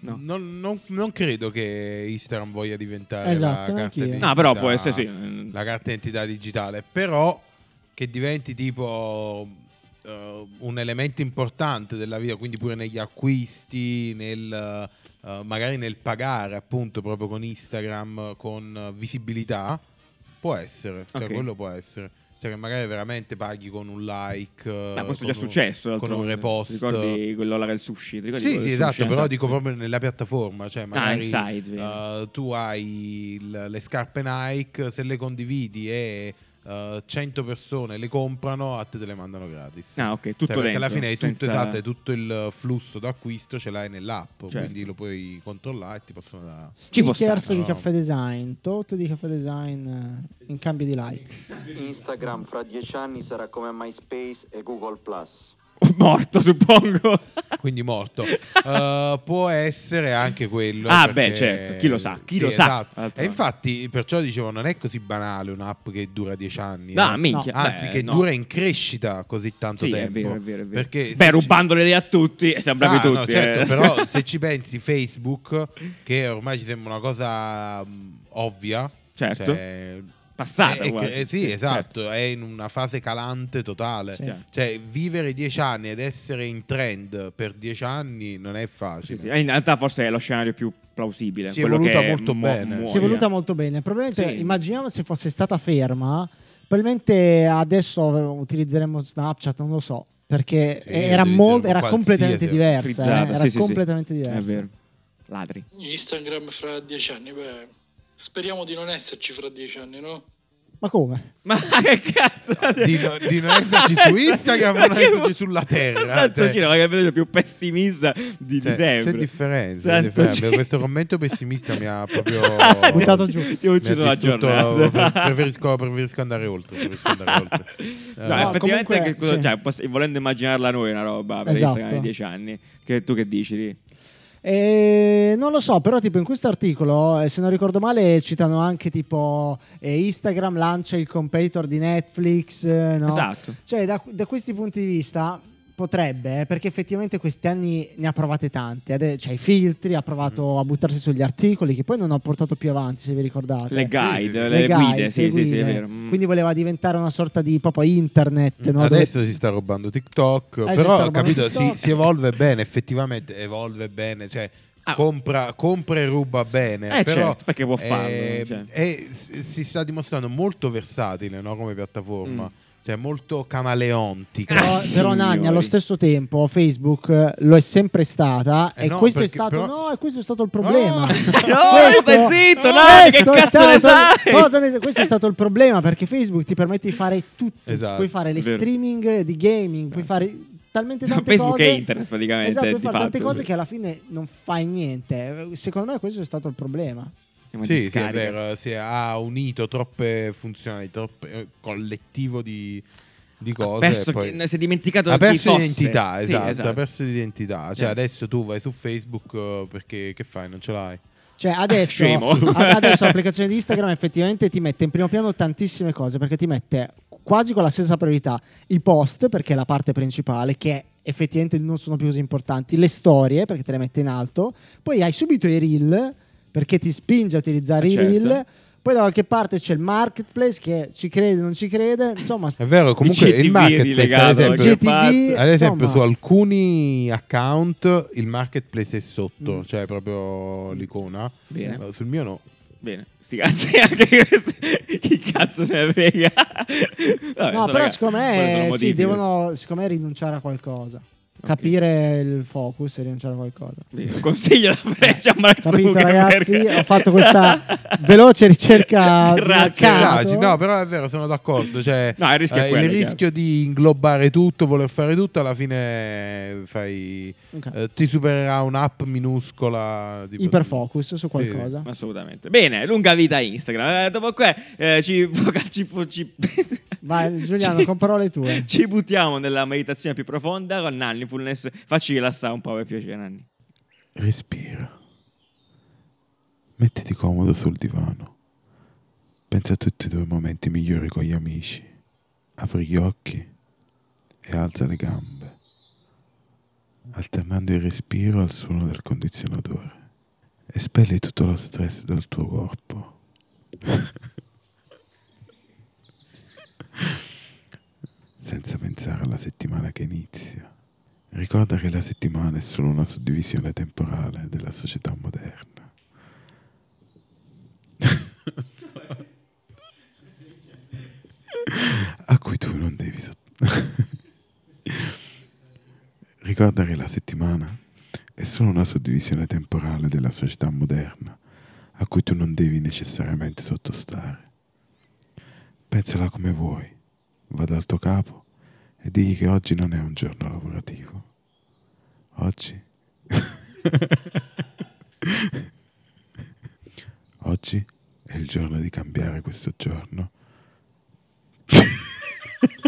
B: No.
D: Non, non- non credo che Instagram voglia diventare
C: Esatto,
D: la carta
C: anch'io.
D: d'identità.
B: No, però può essere sì. Eh,
D: La carta d'identità digitale, però che diventi tipo eh, un elemento importante della vita, quindi pure negli acquisti, nel, eh, magari nel pagare appunto proprio con Instagram, con eh, visibilità, può essere, cioè
B: Ok.
D: quello può essere. Cioè che magari veramente paghi con un like, eh,
B: Ma questo è
D: con
B: già
D: un-
B: successo.
D: con un
B: d'altronde.
D: repost.
B: Ricordi quello là del sushi? Ti ricordi
D: Sì,
B: quello
D: sì,
B: del
D: esatto,
B: sushi?
D: però dico proprio nella piattaforma, cioè
B: Ah,
D: magari
B: inside. vedi.
D: eh, tu hai il- le scarpe Nike, se le condividi e eh, 100 persone le comprano, a te te le mandano gratis.
B: ah, ok,
D: Cioè,
B: tutto
D: perché
B: dentro.
D: alla fine è tutto,
B: senza-
D: esatto, è tutto il flusso d'acquisto ce l'hai nell'app,
B: Certo.
D: quindi lo puoi controllare e ti possono
B: (laughs)
D: dare...
B: Ci può
C: Stickers
B: stare,
C: di
D: no?
C: caffè design, tot di caffè design eh, in cambio di like.
E: Instagram fra dieci anni sarà come MySpace e Google Plus.
B: (laughs) Morto, suppongo.
D: (laughs) Quindi morto. Eh, può essere anche quello. eh,
B: Ah, beh, certo, chi lo sa, chi lo sa.
D: esatto.
B: D'altronde.
D: E infatti, perciò dicevo, non è così banale un'app che dura 10 anni.
B: No,
D: eh.
B: minchia.
D: Anzi,
B: beh,
D: che
B: no.
D: dura in crescita così tanto
B: Sì, è
D: tempo.
B: vero, è vero, è vero.
D: Perché
B: Beh,
D: se-
B: rubando le idee a tutti, e siamo bravi
D: Sa-
B: tutti.
D: no, certo,
B: eh. (laughs)
D: però se ci pensi Facebook, che ormai ci sembra una cosa mh, ovvia,
B: Certo.
D: cioè,
B: Passata
D: è- è-
B: quasi.
D: eh, sì,
B: Sì,
D: esatto, è in una fase calante totale.
C: Sì.
B: Certo.
D: Cioè, vivere dieci anni ed essere in trend per dieci anni non è
B: Sì,
D: facile.
B: sì. eh, In realtà forse è lo scenario più plausibile.
D: Si è
B: quello
D: voluta
B: che
D: molto bene.
B: muoia.
C: Si è voluta molto bene. Probabilmente
B: Sì.
C: immaginiamo se fosse stata ferma. Probabilmente adesso utilizzeremmo Snapchat, non lo so. Perché
D: Sì,
C: era,
D: utilizzeremo
C: molto, era
D: qualsiasi
C: completamente
D: app.
C: diversa. eh,
B: frizzata.
C: Era
B: sì, sì, sì.
C: completamente diversa.
B: È vero. Ladri. (laughs)
F: Instagram fra dieci anni, beh, speriamo di non esserci fra dieci anni, no?
C: Ma come?
B: Ma che cazzo?
D: Di no- di non esserci
B: (laughs)
D: su Instagram,
B: Ma
D: non
B: che-
D: esserci sulla Terra,
B: Santo
D: cioè.
B: Giro, ma che vedo più pessimista di, di
D: Cioè,
B: sempre.
D: c'è differenza, c'è
B: Santo
D: differenza.
B: Giro.
D: Questo commento pessimista mi ha proprio
B: (laughs)
C: Buttato giù.
B: Ti ho
D: mi ha
B: ucciso la
D: distrutto-
B: giornata. (laughs)
D: (laughs) Preferisco, preferisco andare oltre. Preferisco andare oltre.
B: No,
D: Eh,
B: effettivamente,
C: comunque,
B: che cosa-
C: sì.
B: cioè, poss- volendo immaginarla noi una roba per
C: Esatto.
B: Instagram di 10 anni, che tu che dici? lì?
C: Eh, non lo so, però tipo in questo articolo, eh, se non ricordo male, citano anche tipo eh, Instagram lancia il competitor di Netflix. eh, no?
B: Esatto.
C: Cioè, da, da questi punti di vista potrebbe, eh, perché effettivamente questi anni ne ha provate tante. Ade- Cioè, i filtri, ha
B: Mm.
C: provato a buttarsi sugli articoli, che poi non ha portato più avanti, se vi ricordate.
B: Le guide, le,
D: sì.
C: guide,
B: guide, sì,
C: le
B: sì, sì, è
C: guide.
B: vero. Mm.
C: Quindi voleva diventare una sorta di proprio internet. no? Dove-
D: Adesso si sta rubando TikTok,
C: Eh, si sta
D: però ho
C: rubando
D: capito, si,
C: TikTok.
D: si evolve bene, effettivamente evolve bene, cioè
B: Ah.
D: compra, compra e ruba bene.
B: Eh,
D: però,
B: certo, perché può farlo,
D: eh,
B: cioè.
D: e si si sta dimostrando molto versatile no, come piattaforma, cioè molto camaleontica.
C: Però,
B: Mm. Ah,
C: però, Nanni
B: signori.
C: allo stesso tempo Facebook eh, lo è sempre stata
D: Eh
C: e
D: no,
C: questo è
D: perché
C: stato
D: però-
C: no e questo è stato il problema (laughs)
D: No. No,
B: stai zitto, Nanni, che
C: questo è
B: cazzo ne
C: stato-
B: sai?
C: cosa ne sai? questo è stato il problema perché Facebook ti permette di fare tutto
D: Esatto.
C: puoi fare le
B: Vero.
C: streaming di gaming puoi fare talmente tante
B: Facebook
C: cose
B: è internet praticamente,
C: esatto, puoi
B: di
C: fare tante
B: fatto.
C: cose che alla fine non fai niente secondo me questo è stato il problema
B: Eh, ma ti
D: Sì, sì, è
B: scarica.
D: vero, si è- ha unito troppe funzionalità, troppe eh, collettivo di, di cose.
B: Ha perso
D: e poi-
B: chi- si è dimenticato chi
D: ha perso
B: fosse.
D: identità,
B: Sì,
D: esatto,
B: esatto. Certo.
D: ha perso identità. Cioè,
B: Sì.
D: adesso tu vai su Facebook eh, perché che fai? Non ce l'hai.
C: Cioè, adesso, (laughs)
B: Scemo.
C: a- adesso l'applicazione di
B: (laughs)
C: Instagram effettivamente ti mette in primo piano tantissime cose perché ti mette quasi con la stessa priorità i post, perché è la parte principale, che effettivamente non sono più così importanti, le storie, perché te le mette in alto, poi hai subito i reel, perché ti spinge a utilizzare
B: Eh,
C: i
B: certo.
C: reel. Poi da qualche parte c'è il marketplace che ci crede o non ci
B: Eh,
C: crede, insomma,
D: È vero, comunque
B: Il
D: il
B: CTV
D: marketplace, ad
B: rilegato da
D: esempio,
B: qualche
C: GTV,
B: parte.
D: ad esempio,
C: insomma.
D: su alcuni account il marketplace è sotto,
C: Mm.
D: cioè proprio l'icona.
B: Bene.
D: Eh, Sul mio no.
B: Bene, sti cazzi (laughs) anche questi. Chi cazzo se ne frega? Vabbè, sono
C: no, però
B: ragazzi,
C: secondo
B: quelle sono
C: me sì,
B: modifiche.
C: devono secondo me, rinunciare a qualcosa. Capire il focus e rinunciare a qualcosa.
B: Bene, Consiglio la freccia a Mark
C: Eh, Capito
B: Zuckerberg.
C: ragazzi? Ho
B: (laughs)
C: fatto questa
G: (laughs)
C: veloce ricerca di
B: Grazie.
C: mercato.
D: Indagini, No, però è vero, sono d'accordo. Cioè,
B: No, il rischio è
D: eh,
B: quello,
D: il rischio di inglobare tutto, voler fare tutto, alla fine fai,
C: Ok.
D: eh, ti supererà un'app minuscola. tipo-
C: Iperfocus su qualcosa.
B: Assolutamente. Bene, lunga vita Instagram. Eh, dopo qua eh, ci, (laughs) ci, ci- (laughs)
C: Vai, Giuliano, con parole tue.
B: Ci buttiamo nella meditazione più profonda con Nanni Fullness. Facci rilassare un po' per piacere, Nanni.
D: Respira. Mettiti comodo sul divano. Pensa a tutti i tuoi momenti migliori con gli amici. Apri gli occhi e alza le gambe. alternando il respiro al suono del condizionatore. Espelli tutto lo stress dal tuo corpo. (laughs) Senza pensare alla settimana che inizia. Ricorda che la settimana è solo una suddivisione temporale della società moderna. A cui tu non devi sottoporre. Ricorda che la settimana è solo una suddivisione temporale della società moderna a cui tu non devi necessariamente sottostare. Pensala come vuoi, va dal tuo capo e digli che oggi non è un giorno lavorativo. Oggi... (laughs) oggi è il giorno di cambiare questo giorno. (laughs)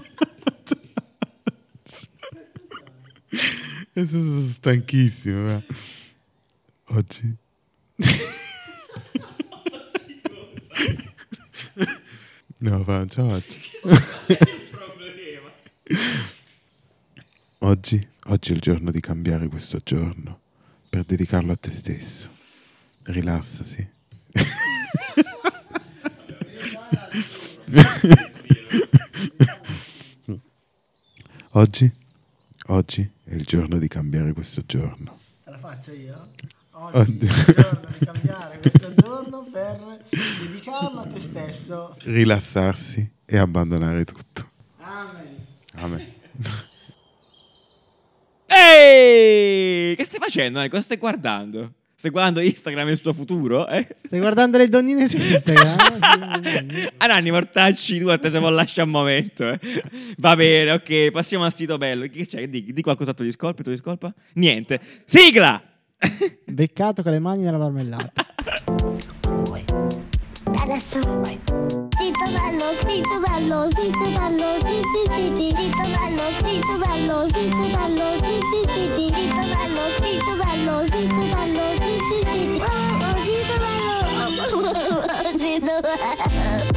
D: Adesso sono stanchissimo. ma- Oggi. No, fa, non ce (laughs) la faccio. Oggi, oggi è il giorno di cambiare questo giorno per dedicarlo a te stesso. Rilassasi. (laughs) Oggi, oggi è il giorno di cambiare questo giorno.
G: Te la faccio io?
D: Oggi
G: Oggi è
D: è il
G: giorno di cambiare questo giorno per dedicarlo a te stesso.
D: Rilassarsi e abbandonare tutto.
G: Amen.
D: Amen.
B: Ehi! Che stai facendo? Ale? Cosa stai guardando? Stai guardando Instagram e il suo futuro? Eh?
C: Stai guardando le donnine su Instagram? (laughs)
B: Anani, mortacci tu, te se vuoi lasciare un momento. eh. Va bene, ok, passiamo al sito bello. Che c'è? Di, di qualcosa a tuo discolpa, a tua discolpa? Niente. Sigla! (laughs)
C: Beccato con le mani nella marmellata.
H: Adesso. Zitto bello, zitto bello, zitto bello, sì sì sì sì, zitto bello, zitto bello, zitto bello, sì sì sì sì, zitto bello, zitto bello, zitto bello, sì sì sì sì. Oh, oh, zitto bello, (laughs) oh, zitto bello.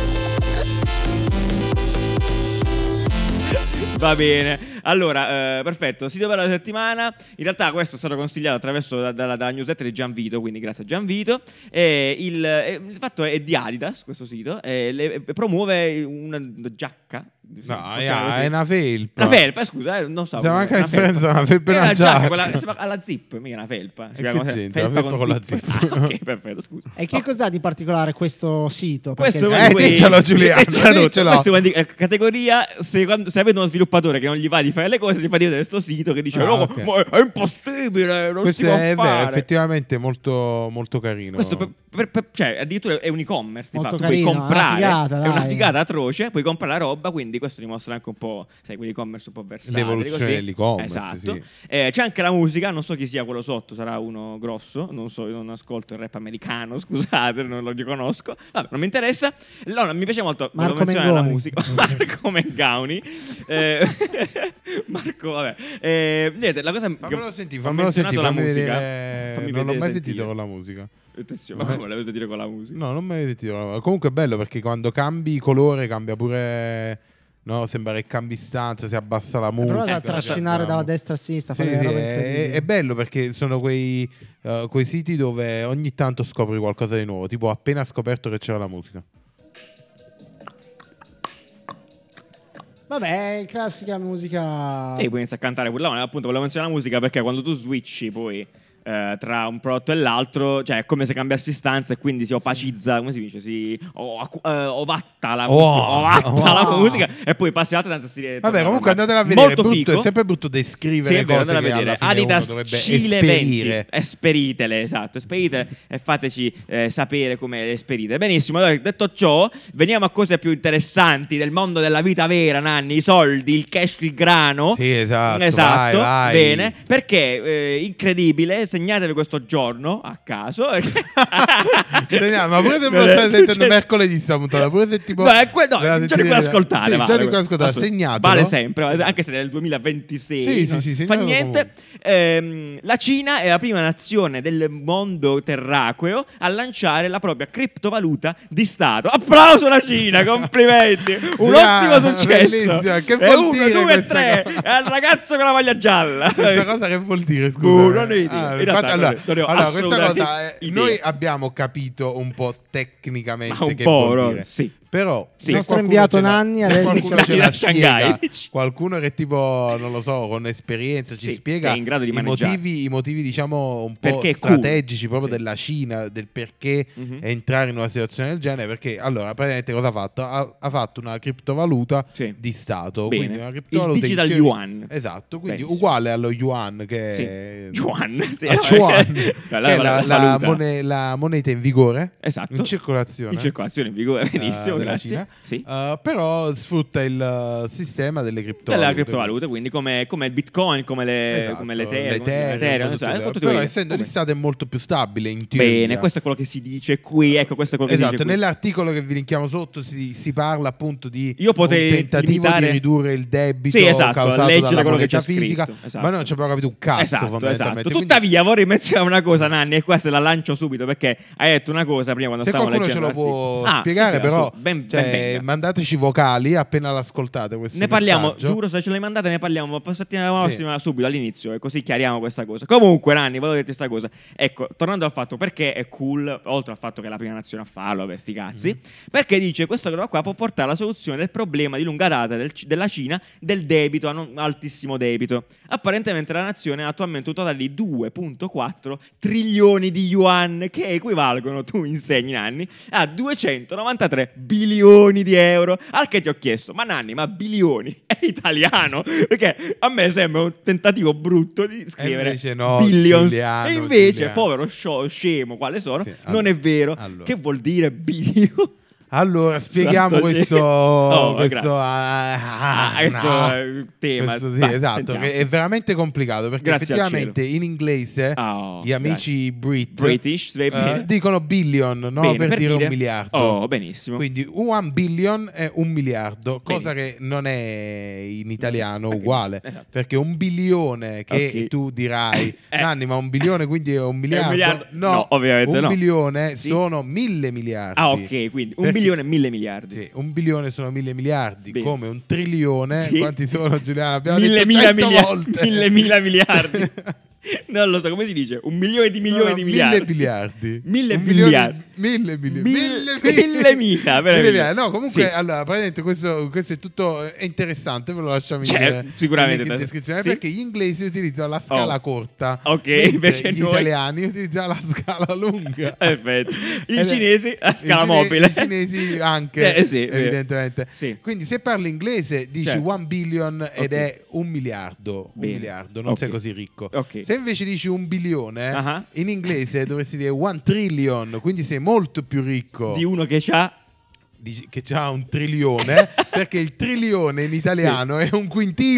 B: Va bene. Allora, eh, perfetto. Sito per la settimana. In realtà questo è stato consigliato attraverso da- dalla dalla newsletter di Gianvito, quindi grazie a Gianvito. E il, eh, il fatto è di Adidas, questo sito, e le- promuove una giacca.
D: (laughs) No,
B: Ok,
D: è,
B: così.
D: è una felpa.
B: Una felpa, scusa, eh, non so.
D: Siamo anche
B: una
D: in Francia, una felpa e
B: Era
D: una giacca.
B: quella- sembra alla zip, mica una felpa. Si
D: E
B: chiama
D: che
B: così,
D: c'entra? La felpa con la zip.
B: Ah, ok, perfetto, scusa.
C: E
G: Ah.
C: che cos'ha di particolare questo sito?
B: Questo è
C: Perché-
B: uno di
D: Eh,
B: quei-
D: diccelo, Giuliano,
B: Questo è tutto.
D: diccelo.
B: Questo è una di- eh, categoria. Se, quando- se avete uno sviluppatore che non gli va di fare le cose, gli fa dire questo sito che dice:
D: Ah,
B: "No,
D: ok.
B: ma è impossibile, non
D: Questo
B: si può
D: è vero,
B: fare.
D: effettivamente molto, molto carino.
B: questo per- per- per- cioè, addirittura è un e-commerce. Di
C: Molto
B: fatto.
C: carino,
B: puoi
C: è una
B: comprare,
C: figata,
B: è una
C: dai.
B: figata atroce. Puoi comprare la roba. Quindi, questo dimostra anche un po' sai, quell'e-commerce un po' versatile.
D: L'evoluzione
B: così.
D: dell'e-commerce,
B: Esatto.
D: sì.
B: Eh, c'è anche la musica, non so chi sia quello sotto, sarà uno grosso, non so, io non ascolto il rap americano, (laughs) scusate, non lo riconosco. Vabbè, non mi interessa. Allora, mi piace molto volevo
C: Marco
B: menzionare la
C: Mengoni. (laughs)
B: musica. Marco Mengauni. Eh, (laughs) Marco, vabbè. Eh, niente, la cosa
D: Fammelo sentire,
B: ho
D: fammelo
B: menzionato
D: sentire,
B: la
D: fammi
B: musica.
D: vedere.
B: Fammi
D: non
B: vedere,
D: l'ho mai
B: sentire.
D: sentito con la musica.
B: Attenzione, (laughs) ma come la vedo dire con la musica?
D: No, non mai sentito con la musica. Comunque è bello perché quando cambi colore cambia pure... No, sembra che cambi stanza, si abbassa la musica.
C: Prova a trascinare da destra a sinistra.
D: Sì, sì, eh,
C: fare delle robe
D: è,
C: incredibili.
D: è bello perché sono quei, eh, quei siti dove ogni tanto scopri qualcosa di nuovo. Tipo, ho appena scoperto che c'era la musica.
C: Vabbè, è classica musica.
B: Sì, puoi iniziare a cantare pure là, ma appunto volevo menzionare la musica perché quando tu switchi poi eh, tra un prodotto e l'altro, cioè è come se cambiassi stanza e quindi si opacizza, come si dice, si o- acu- eh, ovatta la
D: Oh,
B: musica, ovatta
D: oh.
B: la musica e poi passi all'altra stanza e si
D: Vabbè,
B: torna
D: comunque
B: normale.
D: andatela a vedere.
B: Molto
D: è, brutto,
B: figo.
D: è sempre brutto
B: Sì, è
D: descrivere
B: vero,
D: cose
B: andate
D: che
B: a
D: alla
B: vedere.
D: fine uno
B: Adidas eh,
D: dovrebbe
B: Cile 20.
D: esperire.
B: Esperitele, esatto. Esperite e fateci eh, sapere come le esperite. Benissimo, allora, detto ciò, veniamo a cose più interessanti del mondo della vita vera, Nanni. I soldi, il cash, il grano.
D: Sì, esatto.
B: Esatto,
D: vai, vai.
B: bene, perché eh, incredibile, se segnatevi questo giorno a caso. (laughs)
D: Segna- ma pure se
B: Non
D: lo
B: è-
D: stai sentendo
B: succede-
D: mercoledì sta puntata, pure se tipo-
B: No, è que- no,
D: ve la
B: il giorno in
D: sentite-
B: cui ascoltare.
D: Sì, il
B: vale,
D: giorno in cui
B: quello.
D: ascoltate,
B: Assolut-
D: segnatelo.
B: Vale sempre, vale, anche se è del 2026.
D: Sì,
B: no?
D: sì, sì,
B: fa
D: segnatelo
B: niente. Ehm, la Cina è la prima nazione del mondo terraqueo a lanciare la propria criptovaluta di Stato. Applauso alla
D: (laughs)
B: Cina, complimenti. Un
D: Già,
B: ottimo successo.
D: bellissimo, che
B: è
D: vuol
B: uno,
D: dire
B: due,
D: questa
B: tre.
D: cosa?
B: È il (laughs) ragazzo con la maglia gialla.
D: Questa cosa che vuol dire, scusa?
B: Boh, non ho idea.
D: Ah,
B: In
D: infatti,
B: realtà non
D: allora,
B: ne- non ne ho
D: allora, questa
B: assolutamente
D: cosa eh,
B: idea.
D: noi abbiamo capito un po' tecnicamente
B: Ma un
D: che
B: po',
D: vuol
B: no?
D: dire.
B: Sì.
D: Però
B: Sì.
D: se
B: Il
C: nostro
D: qualcuno
C: inviato
D: ce la-
C: Nanni
D: se
C: adesso
D: qualcuno
B: ce
D: ce
B: la-
D: la
B: da Shanghai.
D: spiega, qualcuno che tipo non lo so, con esperienza ci
B: Sì,
D: spiega
B: che è in grado di
D: i
B: maneggiare.
D: motivi i motivi diciamo un po'
B: Perché è cool.
D: strategici proprio
B: Sì.
D: della Cina, del perché
B: Mhm.
D: entrare in una situazione del genere, perché allora praticamente cosa ha fatto? Ha, ha fatto una criptovaluta
B: Sì.
D: di stato,
B: Bene.
D: quindi una
B: Il
D: criptovaluta in
B: digital
D: teoria-
B: yuan.
D: Esatto, quindi
B: Benissimo.
D: uguale allo yuan che
B: Sì. Yuan, sì,
D: a
B: (laughs) no,
D: (laughs) yuan,
B: perché-
D: che
B: la-
D: è
B: la- la
D: la, la
B: valuta.
D: mone- la moneta in vigore
B: Esatto.
D: in circolazione
B: In circolazione, in vigore,
D: eh,
B: benissimo,
D: della
B: grazie.
D: Cina.
B: Sì.
D: Eh, però sfrutta il eh, sistema delle criptovalute.
B: Della criptovaluta, quindi come, come il bitcoin, come le,
D: Esatto,
B: come l'Ethereum,
D: l'Ethereum,
B: come l'Ethereum, non
D: tutto
B: so, eh,
D: quello.
B: tutto
D: però
B: quello.
D: essendo
B: Come-
D: di Stato è molto più stabile in teoria.
B: Bene, questo è quello che si dice qui, ecco, questo è quello che
D: Esatto,
B: dice qui.
D: nell'articolo che vi linkiamo sotto si, si parla appunto di
B: Io potrei
D: un tentativo
B: limitare-
D: di ridurre il debito
B: Sì, esatto,
D: causato
B: leggere
D: dalla
B: quello che
D: moneta
B: c'è scritto,
D: fisica,
B: esatto.
D: ma noi non ci abbiamo capito un cazzo
B: Esatto,
D: fondamentalmente.
B: esatto.
D: Quindi-
B: Tuttavia vorrei menzionare una cosa, Nanni, e questa la lancio subito perché hai detto una cosa prima quando
D: Se
B: stavamo
D: qualcuno
B: leggendo
D: ce lo può
B: l'articolo. Ah,
D: spiegare,
B: sì, sì,
D: però
B: assolut- ben-
D: cioè,
B: ben venga.
D: mandateci vocali appena l'ascoltate. Questo
B: Ne parliamo,
D: messaggio.
B: giuro, se ce le mandate ne parliamo la settimana
D: Sì.
B: prossima subito all'inizio e così chiariamo questa cosa. Comunque, Nanni, volevo dirti questa cosa. Ecco, tornando al fatto perché è cool, oltre al fatto che è la prima nazione a farlo, vabbè, sti cazzi,
D: Mm.
B: perché dice questa roba qua può portare alla soluzione del problema di lunga data del- della Cina del debito, a non- altissimo debito. Apparentemente la nazione ha attualmente un totale di 2.4 trilioni di yuan che equivalgono, tu insegni Nanni, a 293 bilioni di euro. Al che ti ho chiesto, ma Nanni, ma bilioni (laughs) è italiano? Perché a me sembra un tentativo brutto di scrivere
D: invece no,
B: billions.
D: Giuliano,
B: e invece,
D: Giuliano.
B: povero scio- scemo quale sono,
D: Sì,
B: non
D: allora-
B: è vero.
D: allora.
B: Che vuol dire billion?
D: Allora, spieghiamo
B: Santo (laughs)
D: questo,
B: Dio. Oh, grazie.
D: questo, ah,
B: Ah, questo,
D: ah,
B: eh, tema.
D: questo sì,
B: Va,
D: esatto,
B: sentiamo.
D: che è veramente complicato perché
B: Grazie al
D: effettivamente in inglese
B: Oh,
D: gli amici brit
B: British, sì,
D: eh,
B: bene.
D: dicono billion no?
B: Bene,
D: per, dire, un miliardo.
B: Oh, benissimo.
D: Quindi one billion è un miliardo, cosa
B: Benissimo.
D: che non è in italiano
B: Perché-
D: uguale,
B: esatto.
D: perché un bilione che
B: Ok.
D: tu dirai,
B: (laughs) Eh.
D: Nanni ma un bilione quindi è un miliardo?
B: miliardo? No, ovviamente
D: un
B: no.
D: bilione
B: Sì.
D: sono mille miliardi.
B: Ah, ok, quindi un
D: Perché-
B: milione e mille miliardi.
D: Sì, un bilione sono mille miliardi,
B: Bene.
D: come un trilione,
B: Sì.
D: eh, quanti sono Giuliano?
B: (laughs)
D: Abbiamo
B: mille,
D: detto
B: mila,
D: 100
B: milia-
D: volte.
B: mille mila
D: (laughs)
B: miliardi. non lo so come si dice, un milione di milioni
D: Sono
B: di
D: mille
B: miliardi.
D: miliardi.
B: Mille
D: Un milione-
B: miliardi.
D: Mille mili-
B: Mille-
D: mili-
B: mille mila,
D: Mille
B: veramente.
D: miliardi. No, comunque,
B: Sì.
D: allora, praticamente questo, questo è tutto eh, è interessante, ve lo lasciamo in,
B: Cioè,
D: eh,
B: sicuramente.
D: in descrizione,
B: Sì.
D: perché gli inglesi utilizzano la scala
B: Oh.
D: corta,
B: Ok,
D: mentre
B: invece
D: gli
B: noi-
D: italiani utilizzano la
B: (laughs)
D: scala lunga.
B: (laughs) Perfetto. I
D: Eh,
B: cinesi a
D: i
B: scala
D: cine-
B: mobile.
D: I cinesi
B: (laughs)
D: anche,
B: Eh, sì, vero.
D: evidentemente.
B: Sì.
D: Quindi se parli inglese dici
B: Certo.
D: one billion ed
B: Ok.
D: è un miliardo,
B: Bene.
D: un miliardo, non
B: Ok.
D: sei così ricco.
B: Ok.
D: Se invece dici un bilione,
B: Ah.
D: in inglese dovresti dire one trillion, quindi sei molto più ricco
B: Di uno che c'ha
D: di- che ha
B: (laughs)
D: un trilione, perché il trilione in italiano è un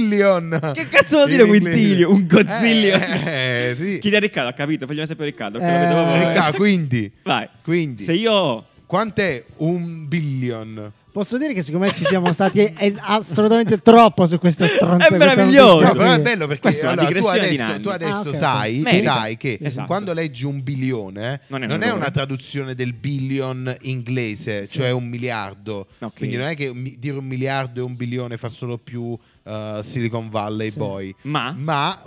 D: quintillion.
B: Che cazzo vuol dire
D: In inglese-
B: quintillion? Un gozzillion?
D: Eh, eh, sì.
B: Chiedi a Riccardo, ha capito? Facciamo sapere a Riccardo. che lo
C: Eh,
B: vedo proprio-
D: Ricca, quindi,
B: Vai.
D: quindi
B: Se io.
D: quant'è un billion?
C: Posso dire che secondo me ci siamo stati es- assolutamente troppo su questa stronza.
B: È
C: questa
B: meraviglioso.
D: No,
C: notizia.
D: però è bello perché
B: Questa è una
D: allora, tu
B: digressione di
D: adesso,
B: Nanni.
D: tu adesso
C: Ah, ok, ok.
D: sai,
B: Merita.
D: sai che
B: Sì, esatto.
D: quando leggi un bilione
B: Non è
D: non
B: una
D: è, una
B: logora.
D: traduzione del billion inglese, cioè un miliardo.
B: Ok.
D: Quindi non è che mi- dire un miliardo e un bilione fa solo più eh, Silicon Valley Boy.
B: Ma?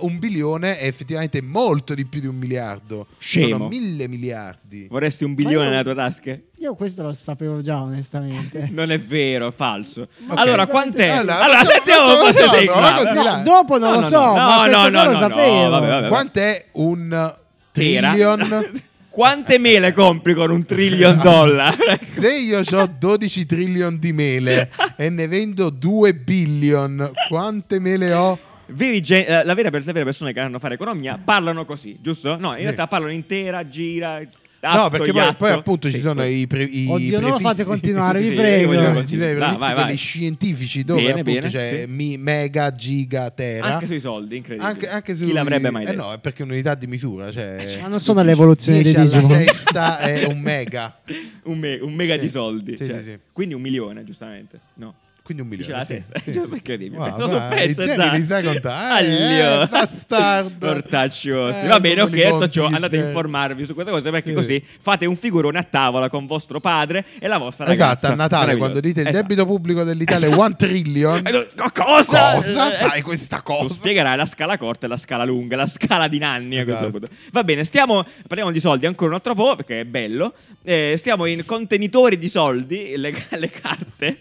D: un bilione è effettivamente molto di più di un miliardo.
B: Scemo.
D: Sono mille miliardi.
B: Vorresti un bilione
C: io-
B: nella tua tasca?
C: Io questo lo sapevo
B: (laughs)
C: già, onestamente.
B: Non è vero, è falso.
D: Ok.
B: Allora, quant'è?
D: Allora,
B: Allora,
D: facciamo-
B: sentiamo
D: facciamo-
B: quanto Cioè, sei
D: facciamo, ma
B: bravo.
D: così
C: No,
D: là.
C: dopo non
B: No,
C: lo
B: no,
C: so,
B: no,
C: ma
B: no,
C: questo
B: no,
C: qua
B: no,
C: lo
B: no,
C: sapevo.
B: vabbè, vabbè.
D: Quant'è un
B: Tera. (laughs)
D: trillion?
B: Quante mele compri con un
D: (laughs)
B: trillion dollari? (laughs)
D: Se io ho 12 trillion di mele e ne vendo 2 billion, quante mele ho?
B: Veri gen- eh, la vera, le vere persone che hanno fare economia parlano così, giusto? No, in
D: Sì.
B: realtà parlano intera, gira. Atto,
D: no, perché poi,
B: iatto.
D: poi appunto ci
B: Sì,
D: sono i, pre, i
C: Oddio, non lo
D: prefissi-
C: fate continuare,
B: Sì,
C: vi
B: sì,
D: Io
C: prego.
B: voglio-
D: voglio
B: Vai,
D: continuare i
B: vai,
D: prefisso
B: vai.
D: quelli scientifici dove
B: Bene,
D: appunto
B: bene,
D: c'è
B: sì.
D: mi- mega, giga, tera.
B: Anche sui soldi, incredibile.
D: Anche, anche
B: Chi
D: sui-
B: l'avrebbe mai
D: Eh
B: detto?
D: no, è perché è un'unità di misura. Cioè,
C: Ma non sono le evoluzioni dei
D: 10 alla
C: Digimon.
D: sesta è un mega.
B: (laughs) un, me- un mega
D: Sì,
B: di soldi.
D: sì,
B: cioè,
D: sì, sì.
B: Quindi un milione, giustamente. No.
D: Quindi un
B: Dice
D: milione.
B: la
D: sì,
B: testa.
D: sì,
B: Cioè,
D: sì.
B: incredibile.
D: Wow,
B: non so
D: bravo,
B: pezzo,
D: Zeri,
B: dai.
D: li sai contare.
B: Aglio.
D: Eh,
B: (laughs)
D: bastardo.
B: Portacciosi.
D: Eh,
B: Va bene, ok,
D: come li
B: detto ciò,
D: conti,
B: andate a
D: Zeri?
B: informarvi su questa cosa perché
D: Sì.
B: così fate un figurone a tavola con vostro padre e la vostra ragazza.
D: Esatto, a Natale
B: Meraviglioso.
D: quando dite il
B: Esatto.
D: debito pubblico dell'Italia è
B: Esatto.
D: 1 trillion.
B: Eh, no, co- (laughs) cosa?
D: Cosa?
B: Eh,
D: Sai questa cosa?
B: Tu spiegherai la scala corta e la scala lunga, la scala di Nanni. a questo
D: Esatto.
B: punto. Va bene, stiamo, parliamo di soldi ancora un altro po' perché è bello. Eh, stiamo in contenitori di soldi, le, (laughs) le carte.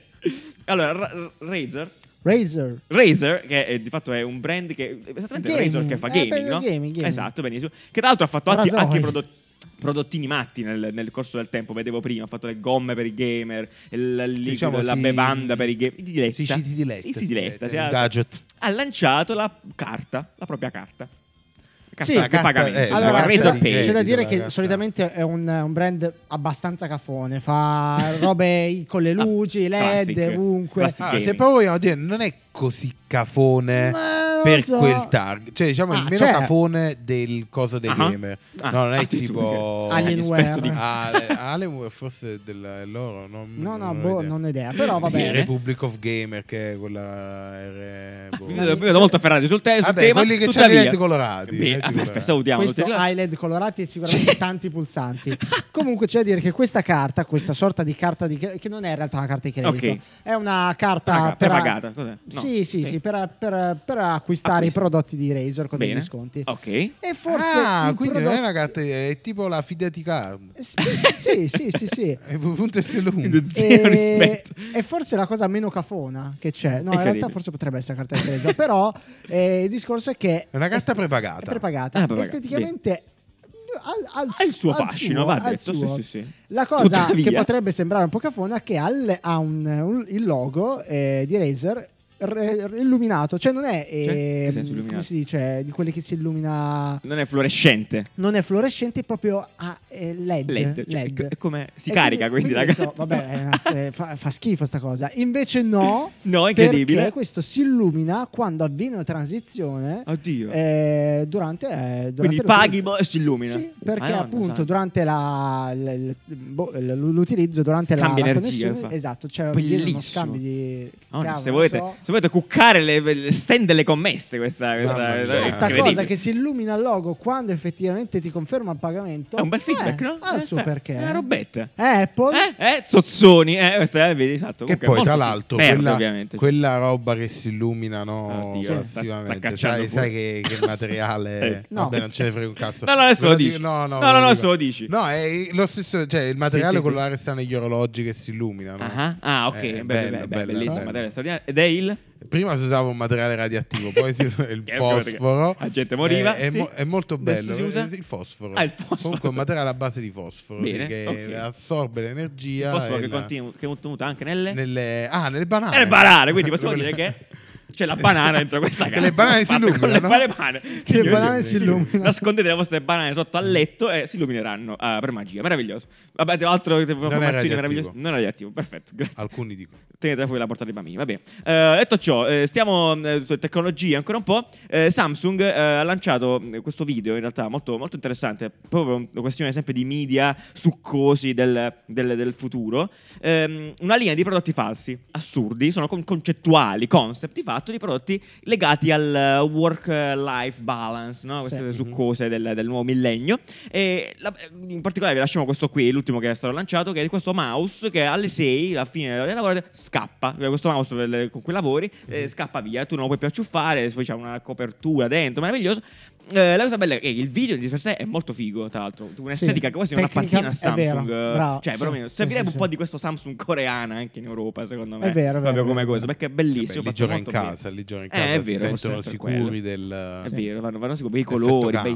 B: Allora, Ra- Ra- Razer.
C: Razer.
B: Razer, che è- di fatto è un brand che esattamente
C: Gaming.
B: Razer che fa
C: Eh,
B: gaming,
C: beh,
B: no?
C: gaming, gaming.
B: Esatto, benissimo. Che tra l'altro ha fatto atti-
C: Rasoi.
B: anche prodotti prodottini matti nel, nel corso del tempo vedevo prima ha fatto le gomme per i gamer il liquido,
D: Diciamo,
B: la
D: si-
B: bevanda per i gamer si diletta
D: Sì, si diletta,
B: Sì, ah, si diletta, si
D: è un
B: ha-
D: gadget.
B: ha lanciato la carta la propria carta carta
C: Sì,
B: di
C: la
D: carta-
B: pagamento
D: eh,
B: allora,
C: Allora,
D: la
B: Razer
D: carta
C: c'è,
D: di
B: Pay
C: c'è da
D: credito,
C: dire
D: la
C: che
D: carta.
C: solitamente è un, un brand abbastanza cafone, fa robe con le luci, i
B: Ah, classic.
C: LED, ovunque.
B: Classic.
D: Ah,
B: gaming.
D: se poi vogliamo dire, non è così cafone
C: Ma non
D: per
C: so.
D: quel target. Cioè, diciamo,
C: Ah,
D: il meno
C: cioè-
D: cafone del coso dei
B: Ah,
D: gamer.
B: ah,
D: no, non è
B: addirittura.
D: tipo...
C: Alienware.
B: Esperto di-
D: Ah, le- Alienware forse del loro. Non,
C: No, no,
D: non ho
C: boh,
D: idea.
C: non ho idea, però va
B: Bene.
D: Il
C: bene.
D: Republic of Gamer, che è quella... R- boh.
B: mi vedo, mi vedo molto afferrati sul, te- sul
D: Vabbè,
B: tema
D: quelli che c'hanno
B: tuttavia-
D: i lenti colorati,
B: Bene, ah,
D: lenti colorati.
B: perfetto, salutiamo
C: Questo
B: tutti.
C: ha i LED colorati e sicuramente
B: Sì.
C: tanti pulsanti. (laughs) Comunque c'è da dire che questa carta, questa sorta di carta di credito, che non è in realtà una carta di credito,
B: Ok.
C: è una carta
B: Paga-
C: per,
B: prepagata, cos'è? No.
C: Sì, sì, sì, per, per- per acquistare
B: Acquisto.
C: i prodotti di Razer con
B: Bene. Oh.
C: degli sconti.
B: ok
C: E forse
D: ah,
C: il
D: quindi
C: prodotto-
D: non è una carta, è tipo la Fidati Card.
C: Sì, sì, sì, sì, sì.
D: E punto e se lungo.
B: Quindi
D: (laughs)
C: Eh,
B: zero rispetto
C: E forse la cosa meno cafona che c'è. No, in
B: Incredibile.
C: realtà forse potrebbe essere carta di credito, però eh, il discorso è che
D: È una carta
C: est-
D: prepagata.
C: è prepagata.
B: Ah, prepagata,
C: Esteticamente al- al-
B: ha il suo
C: al
B: fascino
C: suo,
B: va
C: al
B: detto
C: suo.
B: sì, sì, sì.
C: La cosa
B: Tuttavia-
C: che potrebbe sembrare un po' cafona è che al- ha un- un- il logo eh, di Razer re- re- illuminato, cioè non è eh,
B: Cioè? Che senso
C: come
B: illuminato?
C: si dice di quelli che si illumina
B: non è fluorescente
C: non è fluorescente, è proprio a eh, LED.
B: LED, cioè,
C: LED.
B: è co- è come- si
C: E
B: carica, quindi, la
C: ho detto,
B: carta. (laughs)
C: Vabbè, è una- eh, fa, fa schifo sta cosa. Invece no,
B: No, è incredibile.
C: perché questo si illumina quando avviene una transizione.
B: Oddio.
C: eh, durante, eh, durante
B: Quindi
C: l'utilizzo.
B: paghi, boh, e si illumina.
C: Sì, perché
B: Madonna, esatto.
C: appunto
B: sai.
C: durante la- l- l- boh, l- l'utilizzo durante la,
B: Scambia
C: la
B: energia,
C: connessione
B: fa.
C: esatto cioè
B: Bellissimo.
C: uno scambio di
B: Madonna,
C: cavolo,
B: Oh, se,
C: non
B: volete,
C: so.
B: se volete cuccare le, le stand delle commesse, questa,
D: Mamma
B: questa
D: mia.
B: è
C: Questa
B: incredibile.
C: cosa che si illumina il logo quando effettivamente ti conferma il pagamento
B: è un bel feedback,
C: eh,
B: no?
C: Ha il suo
B: Eh,
C: perché.
B: È una robetta.
C: Eh, Apple.
B: Eh, eh, zozzoni, eh, questa è, vedi, esatto.
D: Che
B: comunque
D: poi,
B: molto
D: tra l'altro,
B: perdo,
D: quella,
B: ovviamente. Ah,
D: quella roba che si illumina no,
B: Oddio,
D: sì.
B: sta- sta
D: passivamente,
B: cacciando
D: sai, sai che,
B: fuori.
D: che
B: (laughs)
D: materiale
B: Eh,
C: no.
D: Vabbè, non ce ne frega un cazzo.
B: No, no, adesso
D: Ve
B: lo
D: dico-
B: dici.
D: No,
B: No,
D: no, ve
B: no, no,
D: dico.
B: adesso lo dici.
D: No, è lo stesso, cioè il materiale
B: Sì, sì,
D: quello
B: sì.
D: là che sta negli orologi che si illuminano.
B: Ah, ah, ok,
D: Eh,
B: beh, beh, beh,
D: bella,
B: bellissima
D: bella.
B: materia straordinaria. Ed è il...
D: Prima si usava un materiale radioattivo, poi si usa
B: (laughs)
D: il
B: Che asco, perché
D: fosforo.
B: la gente moriva,
D: Eh, È,
B: sì.
D: mo- è molto
B: Adesso
D: bello. eh,
B: si usa?
D: Il fosforo.
B: Ah, il fosforo.
D: Comunque è un materiale a base di fosforo sì,
B: Bene,
D: che
B: ok.
D: assorbe l'energia.
B: Il fosforo
D: e
B: che,
D: la-
B: continu- che è contenuto anche nelle...
D: Nelle, ah, nelle banane.
B: È il banane,
D: (laughs)
B: quindi possiamo dire che c'è Cioè, la banana dentro questa
D: Che
B: carta.
D: le banane si
B: Fatta con
D: illuminano.
B: Le banane,
C: Che le banane si illuminano.
B: Nascondete le vostre banane sotto al letto e si illumineranno ah, per magia. Meraviglioso. Vabbè, tra l'altro informazioni
D: radioattivo.
B: meravigliose. Non è radioattivo, perfetto, grazie.
D: Alcuni dicono.
B: Tenete fuori la porta dei bambini, va bene. Eh, detto ciò, eh, stiamo eh, su tecnologie ancora un po'. Eh, Samsung eh, ha lanciato eh, questo video, in realtà molto, molto interessante, proprio un- una questione sempre di media succosi del, del- del futuro. Ehm, una linea di prodotti falsi, assurdi, sono con- concettuali, concept di fatto, di prodotti legati al eh, work-life balance, no? queste
C: Sì. Mhm.
B: succose del, del nuovo millennio. E la- eh, in particolare vi lasciamo questo qui, l'ultimo che è stato lanciato, che è questo mouse che alle 6, alla fine del lavoro, scappa. Cioè, Questo mouse per le- con cui lavori
C: Mhm.
B: eh, scappa via, tu non lo puoi più acciuffare, poi c'è una copertura dentro, meraviglioso. Eh, la cosa bella è che il video di per sé è molto figo, tra l'altro, un'estetica che quasi non
C: Tecnica-
B: appartiene a
C: è vero,
B: Samsung. eh,
C: bravo,
B: cioè,
C: sì,
B: perlomeno
C: sì,
B: servirebbe
C: sì,
B: un
C: sì.
B: po' di questo Samsung coreana anche in Europa, secondo me.
C: È vero, è vero,
B: Proprio
C: è
B: come
C: vero.
B: cosa, perché è bellissimo.
D: Vabbè, li
B: fatto
D: gioca in
B: molto bene.
D: casa, li gioca in
B: Eh,
D: casa,
B: è
D: si
B: vero, forse
D: sentono
B: è per
D: sicuri
B: quello.
D: del-
B: È
D: Sì.
B: vero, vanno, vanno sicuri i
D: Effetto
B: colori, i
D: campo,
B: bei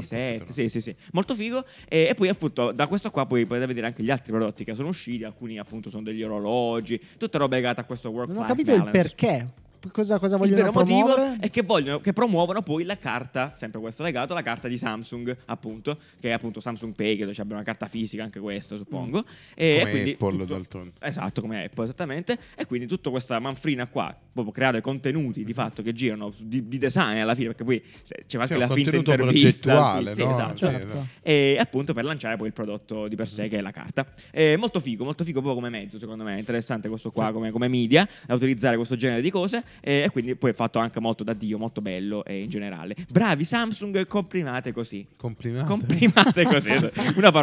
B: set,
D: effetto
B: sì, sì, sì. Molto figo. E, e poi appunto da questo qua poi potete vedere anche gli altri prodotti che sono usciti, alcuni appunto sono degli orologi, tutta roba legata a questo work
C: Non ho capito il perché. cosa, cosa
B: Il
C: vogliono
B: vero motivo
C: promuovere?
B: è che vogliono che promuovono poi la carta, sempre questo legato, la carta di Samsung, appunto, che è appunto Samsung Pay, che dove abbiamo una carta fisica anche questa, suppongo. E
D: Mm. Come
B: quindi
D: Apple,
B: tutto-
D: d'altronde.
B: Esatto, come Apple, esattamente. E quindi tutta questa manfrina qua, proprio creare contenuti di fatto che girano su- di, di design alla fine, perché poi se- c'è anche
D: Cioè,
B: la
D: un
B: finta
D: contenuto
B: intervista.
D: progettuale,
B: sì,
D: no?
B: esatto.
D: Cioè,
C: Certo.
B: E appunto per lanciare poi il prodotto di per sé, che è la carta. Eh, molto figo, molto figo proprio come mezzo, secondo me. È interessante questo qua come, come media, da utilizzare questo genere di cose. eh, e quindi poi è fatto anche molto da Dio, molto bello eh, in generale. Bravi Samsung, comprimate così.
D: Complimenti.
B: Comprimate (laughs) così,
D: (laughs)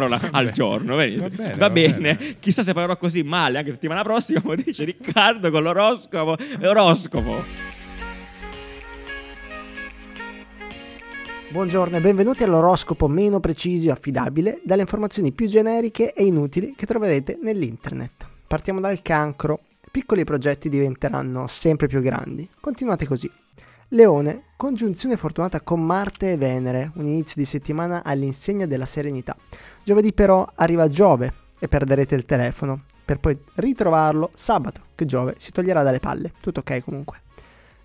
B: una parola al
D: Vabbè.
B: giorno, vedi? va
D: Va
B: bene,
D: bene,
B: va
D: va
B: bene.
D: bene.
B: Chissà se parlerò così male anche settimana prossima, come dice Riccardo con l'oroscopo. Oroscopo.
I: Buongiorno e benvenuti all'oroscopo meno preciso e affidabile dalle informazioni più generiche e inutili che troverete nell'internet. Partiamo dal cancro. Piccoli progetti diventeranno sempre più grandi. Continuate così. Leone, congiunzione fortunata con Marte e Venere, un inizio di settimana all'insegna della serenità. Giovedì però arriva Giove e perderete il telefono, per poi ritrovarlo sabato, che Giove si toglierà dalle palle. Tutto ok comunque.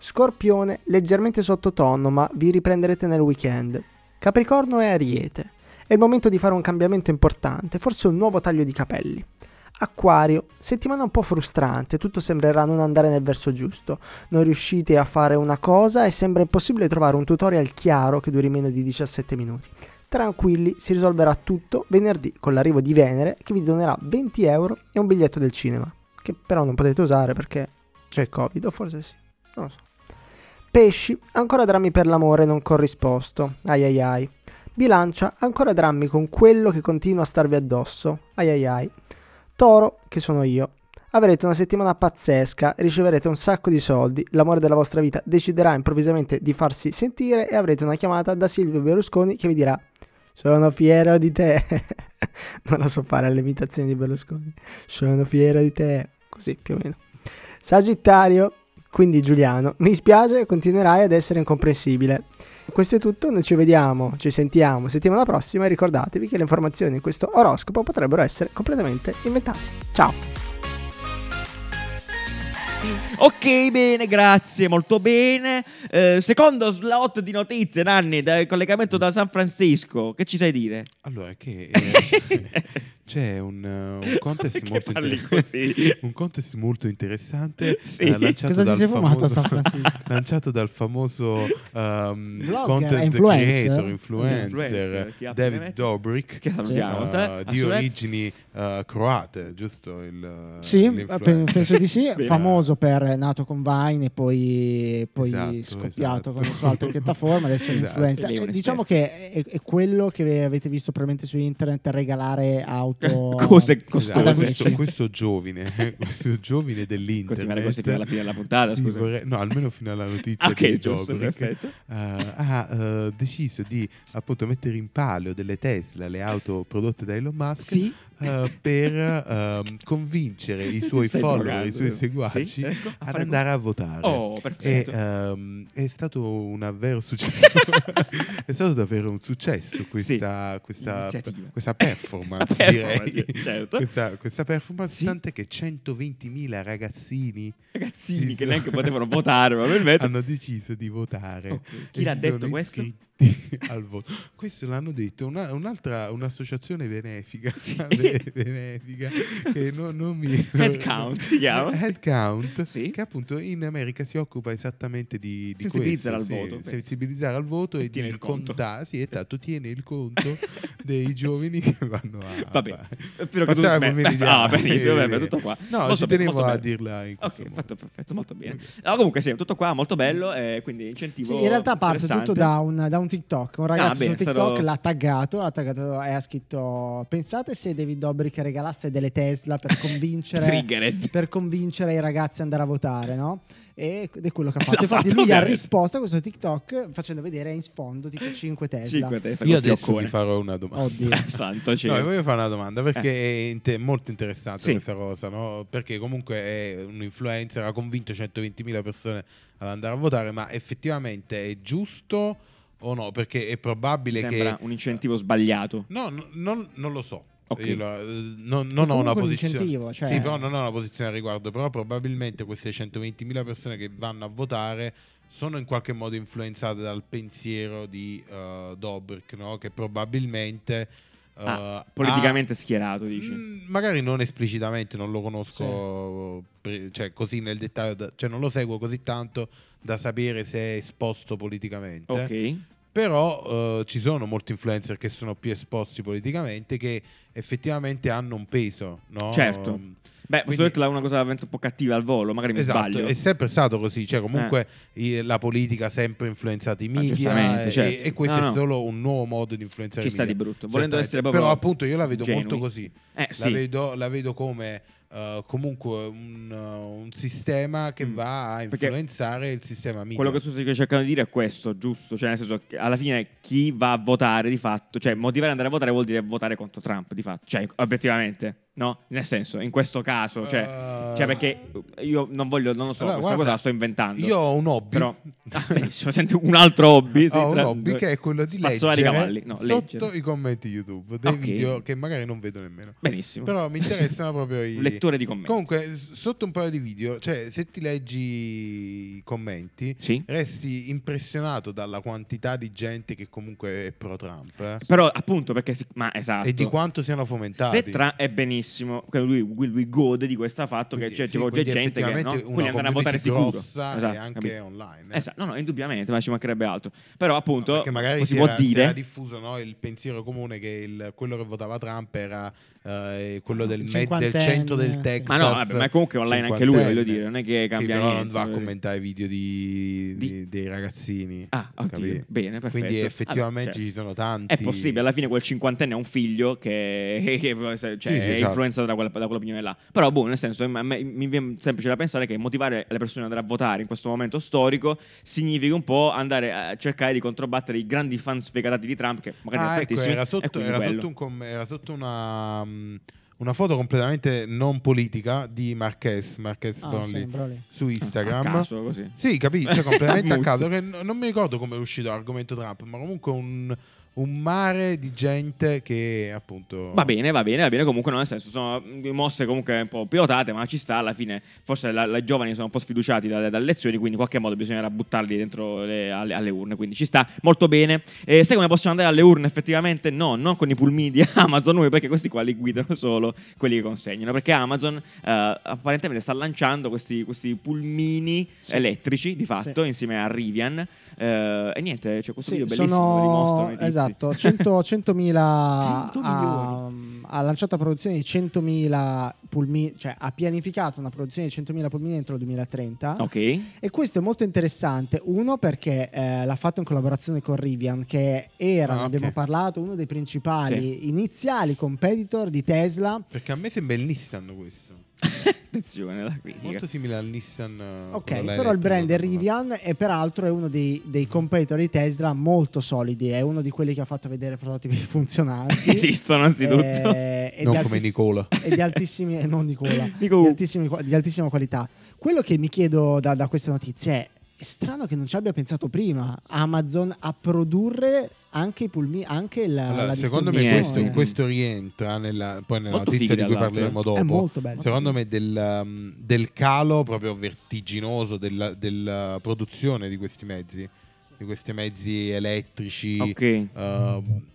I: Scorpione leggermente sottotono, ma vi riprenderete nel weekend. Capricorno e Ariete. È il momento di fare un cambiamento importante, forse un nuovo taglio di capelli. Acquario, settimana un po' frustrante, tutto sembrerà non andare nel verso giusto. Non riuscite a fare una cosa e sembra impossibile trovare un tutorial chiaro che duri meno di 17 minuti. Tranquilli, si risolverà tutto venerdì con l'arrivo di Venere che vi donerà 20 euro e un biglietto del cinema, che però non potete usare perché c'è il Covid, o forse sì, non lo so. Pesci, ancora drammi per l'amore non corrisposto. Ai ai ai. Bilancia, ancora drammi con quello che continua a starvi addosso. Ai ai ai. Toro, che sono io. Avrete una settimana pazzesca, riceverete un sacco di soldi, l'amore della vostra vita deciderà improvvisamente di farsi sentire e avrete una chiamata da Silvio Berlusconi che vi dirà Sono fiero di te. (laughs) non la so fare le imitazioni di Berlusconi. Sono fiero di te. Così più o meno. Sagittario, quindi Giuliano, mi spiace, continuerai ad essere incomprensibile. Questo è tutto, noi ci vediamo, ci sentiamo settimana prossima e ricordatevi che le informazioni in questo oroscopo potrebbero essere completamente inventate. Ciao!
B: Ok, bene, grazie, molto bene. Eh, secondo slot di notizie, Nanni, dal collegamento da San Francisco, che ci sai dire?
D: Allora, che eh, c'è
B: (laughs)
D: un, eh, un contest
B: Che
D: molto
B: parli
D: inter-
B: così.
D: (laughs) un contest molto interessante
B: Sì.
D: eh, lanciato,
C: Cosa ti
D: dal
C: sei fumato a
D: famoso,
C: San Francisco?
D: (laughs) lanciato dal famoso ehm,
C: Blogger,
D: content
C: influencer.
D: creator,
B: Influencer,
D: influencer
B: chi ha
D: David
B: veramente-
D: Dobrik
B: Che salutiamo,
D: eh,
B: sai?
D: di
B: Assolutamente.
D: origini eh, croate, giusto? Il, eh,
C: Sì, pe-
D: l'influencer.
C: penso di sì,
B: Bene.
C: famoso per eh, nato con Vine e poi, poi
D: Esatto,
C: scoppiato
D: esatto.
C: con
D: (laughs)
C: su altre piattaforme, adesso è un
D: Esatto.
C: influencer.
B: Lei è un
C: Eh, Diciamo che è, è quello che avete visto probabilmente su internet
D: (laughs)
C: regalare auto
B: Cose
D: (laughs) Esatto,
C: Ad
B: costose.
C: amici.
D: questo, questo giovane, (laughs) questo giovane
B: Continuare
D: dell'internet.
B: così fino alla fine della puntata,
D: Sì,
B: scusa. Ah,
D: vorrei- no, almeno fino alla notizia
B: Ok,
D: di
B: giusto,
D: Dobrik,
B: perfetto.
D: eh, ha eh, deciso di appunto mettere in palio delle Tesla, le auto prodotte da Elon Musk,
B: Sì.
D: eh, per ehm, convincere i
B: (laughs) Ti
D: suoi
B: stai
D: follower,
B: drogando.
D: i suoi seguaci
B: Sì, ecco, a
D: ad
B: fare
D: andare a votare.
B: Oh,
D: E,
B: perfetto.
D: ehm, è stato un
B: (laughs)
D: vero successo. è stato davvero un successo questa, questa,
B: Iniziativa.
D: questa performance,
B: Questa performance,
D: direi.
B: certo.
D: Questa, questa performance,
B: Sì.
D: tant'è che 120.000 ragazzini
B: Ragazzini
D: sì,
B: che
D: sì.
B: neanche potevano
D: (laughs)
B: votare, probabilmente.
D: hanno deciso di votare.
B: Ok, chi
D: E
B: l'ha
D: si
B: detto
D: sono
B: questo?
D: iscritti (laughs) Al voto. Questo l'hanno detto una- un'altra, un'associazione benefica,
B: (laughs)
D: (laughs)
B: Sì.
D: bene- benefica che
B: (laughs)
D: no- non mi...
B: Headcount si chiama.
D: Headcount,
B: (laughs) Sì.
D: che appunto in America si occupa esattamente di, di
B: Sensibilizzare
D: questo,
B: al
D: sì,
B: voto, ok.
D: sensibilizzare al voto
B: E
D: e,
B: tiene
D: di
B: il conto.
D: contare, sì, esatto, tiene
B: (laughs)
D: il conto dei giovani che vanno a...
B: Vabbè, fino a che tu smetti.
D: Passiamo ai pomeridiani.
B: Ah, benissimo,
D: Eh,
B: vabbè, tutto qua.
D: No,
B: Molto
D: ci
B: bene,
D: tenevo
B: molto
D: a
B: bene.
D: dirla in questo
B: Ok,
D: modo.
B: fatto perfetto, molto bene. No, comunque sì, tutto qua, molto bello, eh, quindi incentivo
D: Cioè,
C: Sì, in realtà parte tutto
B: interessante. Ah,
C: da un, da un TikTok. Un ragazzo
B: bene,
C: su TikTok
B: stato-
C: l'ha taggato, ha taggato e ha scritto: Pensate se David Dobrik regalasse delle
B: (laughs)
C: Tesla per convincere,
B: Triggered.
C: per convincere i ragazzi ad andare a votare, no? E- Ed è quello che
B: (laughs)
C: ha
B: L'ha
C: fatto. Infatti,
B: fatto
C: lui ha
B: bene.
C: risposto a questo TikTok facendo vedere in sfondo tipo 5 Tesla.
B: Cinque testa col
D: Io adesso
B: fioccone. Eh, (laughs)
D: vi farò una domanda.
C: Oddio.
B: Santo
D: No,
B: cielo. Eh,
D: vi voglio fare una domanda perché è inte- molto interessante
B: Sì.
D: questa cosa, no? Perché comunque è un influencer, ha convinto 120.000 persone ad andare a votare, ma effettivamente è giusto o no? Perché è probabile
B: Sembra
D: che...
B: un incentivo sbagliato.
D: No, no, non, non lo so.
B: Ok.
D: Io lo- eh, non, non
C: Ma
D: ho una
C: comunque
D: posizione.
C: l'incentivo, cioè-
D: Sì, però non ho una posizione al riguardo. Però probabilmente queste 120.000 persone che vanno a votare sono in qualche modo influenzate dal pensiero di eh, Dobrik, no? che probabilmente eh,
B: Ah,
D: ha-
B: politicamente schierato, dici.
D: Mm, magari non esplicitamente, non lo conosco pre- cioè, così nel dettaglio, da- cioè non lo seguo così tanto da sapere se è esposto politicamente.
B: Ok.
D: Però eh, ci sono molti influencer che sono più esposti politicamente che effettivamente hanno un peso, no?
B: Certo.
D: Mm,
B: Beh, questo
D: Quindi-
B: detto è una cosa veramente un po' cattiva al volo, magari mi
D: Esatto,
B: sbaglio. Eh.
D: è sempre stato così, cioè comunque i- la politica ha sempre influenzato i media
B: Ah, giustamente,
D: e,
B: certo.
D: e questo
B: No, no.
D: è solo un nuovo modo di influenzare
B: Ci
D: i
B: sta di
D: media.
B: brutto, volendo
D: Certamente.
B: essere proprio
D: certo. Però appunto io la vedo
B: genui.
D: molto così,
B: Eh,
D: la,
B: sì.
D: vedo, la vedo come eh, comunque un, eh, un sistema che
B: Mm.
D: va a
B: Perché
D: influenzare il sistema media.
B: Quello che tu stai cercando di dire è questo, giusto? Cioè, nel senso, che alla fine chi va a votare di fatto, cioè motivare ad andare a votare vuol dire votare contro Trump, di fatto, cioè, obiettivamente, no? Nel senso, in questo caso, cioè,
D: Eh,
B: cioè, perché io non voglio, non lo so,
D: allora,
B: questa
D: guarda,
B: cosa la sto inventando.
D: Io ho un hobby. (laughs)
B: Però, (laughs) ah, benissimo, senti un altro hobby. sì,
D: ho Ah, un
B: tra-
D: hobby che è quello di
B: Spazzolare
D: leggere
B: i cavalli, no,
D: sotto
B: leggere.
D: i commenti YouTube dei
B: Ok.
D: video che magari non vedo nemmeno.
B: Benissimo.
D: Però
B: (laughs)
D: mi interessano proprio i
B: Un lettore di commenti.
D: Comunque, s- sotto un paio di video, cioè se ti leggi i commenti,
B: Sì.
D: resti impressionato dalla quantità di gente che comunque è pro Trump eh,
B: Però appunto perché si- ma esatto.
D: e di quanto siano fomentati.
B: se Trump è benissimo, quindi lui, lui gode di questo fatto
D: Quindi,
B: che c'è,
D: sì,
B: tipo, c'è
D: quindi
B: gente che no?
D: effettivamente una
B: quindi andrà a votare sicuro. Esatto,
D: community grossa e anche
B: capito?
D: online, eh.
B: Esatto, no, no, indubbiamente, ma ci mancherebbe altro. Però appunto
D: perché magari
B: si
D: si
B: può
D: era, si
B: dire
D: era diffuso no, il pensiero comune che il- quello che votava Trump era eh, quello del, me- del centro del
C: Cinquantenne,
D: Texas.
B: Ma no, vabbè, ma è comunque online anche lui, voglio dire, non è che
D: Sì,
B: cambia
D: però
B: niente,
D: non va a
B: voglio dire.
D: commentare i video di,
B: Di-
D: di- dei ragazzini.
B: Ah, oddio,
D: capì?
B: bene, perfetto.
D: Quindi effettivamente
B: Ah, cioè,
D: ci sono tanti.
B: È possibile, alla fine quel cinquantenne ha un figlio che, (laughs) che- cioè,
D: Sì, sì,
B: è
D: esatto.
B: influenzato da, quella, da quell'opinione là. Però, boh, nel senso, a me- mi viene semplice da pensare che motivare le persone ad andare a votare in questo momento storico significa un po' andare a cercare di controbattere i grandi fan sfegatati di Trump, che magari
D: Ah,
B: sono
D: ecco,
B: tantissimi.
D: era
B: e
D: sotto,
B: quindi
D: era
B: quello.
D: sotto un com- era sotto una, mm, una foto completamente non politica di Marquez, Marquez
C: Ah,
D: Brownlee,
C: sembra lì.
D: su Instagram.
B: Ah, A caso, così.
D: Sì, capito,
B: (laughs)
D: cioè completamente a
B: Muzzi.
D: caso. Che n- non mi ricordo come è uscito l'argomento Trump, ma comunque un, un mare di gente che appunto...
B: Va bene, va bene, va bene. Comunque, no, nel senso, sono mosse comunque un po' pilotate, ma ci sta. Alla fine, forse la- i giovani sono un po' sfiduciati dalle, dalle lezioni, quindi in qualche modo bisognerà buttarli dentro le- alle, alle urne. Quindi ci sta molto bene. Eh, sai come possiamo andare alle urne? Effettivamente, no, non con i pulmini di (laughs) Amazon, noi, perché questi qua li guidano solo quelli che consegnano. Perché Amazon eh, apparentemente sta lanciando questi, questi pulmini elettrici, di fatto,
C: Sì.
B: insieme a Rivian. Eh, e niente, c'è questo
C: Sì,
B: video bellissimo dove li mostrano
C: sono
B: i tizi. (laughs)
C: esatto, 100, 100.000 ha,
B: 100 milioni.
C: ha lanciato la produzione di 100.000 pulmini, cioè ha pianificato una produzione di 100.000 pulmini entro il 2030. (laughs)
B: Ok.
C: E questo è molto interessante, uno perché eh, l'ha fatto in collaborazione con Rivian, che era,
D: Ah,
C: ne
D: ok.
C: abbiamo parlato, uno dei principali iniziali competitor di Tesla.
D: Perché a me sembra il Nissan questo.
B: Attenzione alla critica.
D: Molto simile al Nissan. eh,
C: Ok,
D: quello là
C: però il brand è
D: elettrico, no?
C: Rivian e peraltro è uno dei, dei competitor di Tesla molto solidi, è uno di quelli che ha fatto vedere prototipi (laughs) funzionanti.
B: Esistono anzitutto.
C: Eh, e
D: Non come
C: di altiss-
D: Nicola.
C: (laughs) E di altissimi, eh, non Nicola,
B: Nico.
C: di, altissimi- di altissima qualità. Quello che mi chiedo da, da questa notizia è, è strano che non ci abbia pensato prima Amazon a produrre anche i pulmini, anche la,
D: Allora,
C: la
D: secondo me
B: distribuzione.
D: questo,
B: Eh, sì.
D: questo rientra nella, poi nella
B: Molto
D: notizia
B: fighi,
D: di cui
B: tra l'altro,
D: parleremo
C: eh. è
D: dopo.
C: molto bello.
D: Secondo me del, um, del calo proprio vertiginoso della, della produzione di questi mezzi, di questi mezzi elettrici,
B: Ok.
D: eh,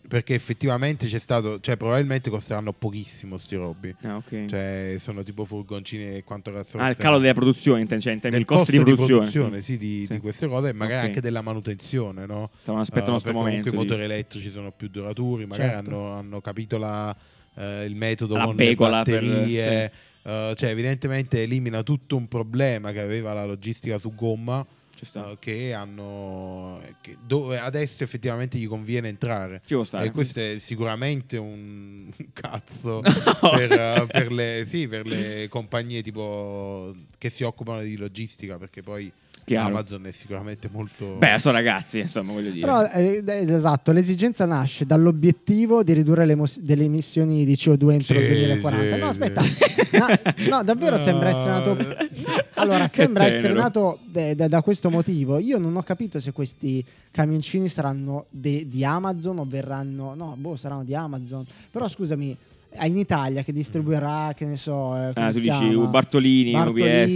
D: perché effettivamente c'è stato, cioè probabilmente costeranno pochissimo sti robi,
B: Ah, ok.
D: cioè sono tipo furgoncini e quanto cazzo
B: Ah, il
D: costano.
B: calo della produzione, intendi, cioè, in
D: Del
B: termini di costi di produzione.
D: sì, di,
B: Sì.
D: di queste cose e magari
B: Ok.
D: anche della manutenzione, no?
B: Stavano aspettando
D: Eh,
B: questo
D: perché
B: momento.
D: Comunque i motori
B: dici.
D: elettrici sono più duraturi, magari
C: Certo.
D: hanno, hanno capito la, eh, il metodo
B: La
D: con
B: pegola
D: le
B: per-
D: batterie. eh, cioè, evidentemente elimina tutto un problema che aveva la logistica su gomma.
B: Ci sta.
D: eh, che hanno eh, che- dove adesso effettivamente gli conviene entrare.
B: Ci può stare.
D: E questo è sicuramente un (laughs) un
B: (laughs)
D: cazzo per, eh, per le, sì, per le compagnie tipo che si occupano di logistica, perché poi
B: Chiaro.
D: Amazon è sicuramente molto
B: Beh, sono ragazzi, insomma, voglio dire. (laughs)
C: Però, eh, eh, esatto, l'esigenza nasce dall'obiettivo di ridurre le, emos- delle emissioni di CO2 entro il
D: Sì,
C: 2040.
D: sì,
C: no,
D: sì.
C: aspetta, (laughs) no, no, davvero sembra essere nato. eh, Allora,
B: Che
C: sembra essere
B: tenero.
C: nato de- de- da questo motivo. Io non ho capito se questi camioncini saranno de- di Amazon o verranno. No, boh, saranno di Amazon. Però scusami. eh, in Italia che distribuirà, che ne so, eh, come
B: Ah,
C: si
B: tu dici
C: chiama?
B: Bartolini, UBS,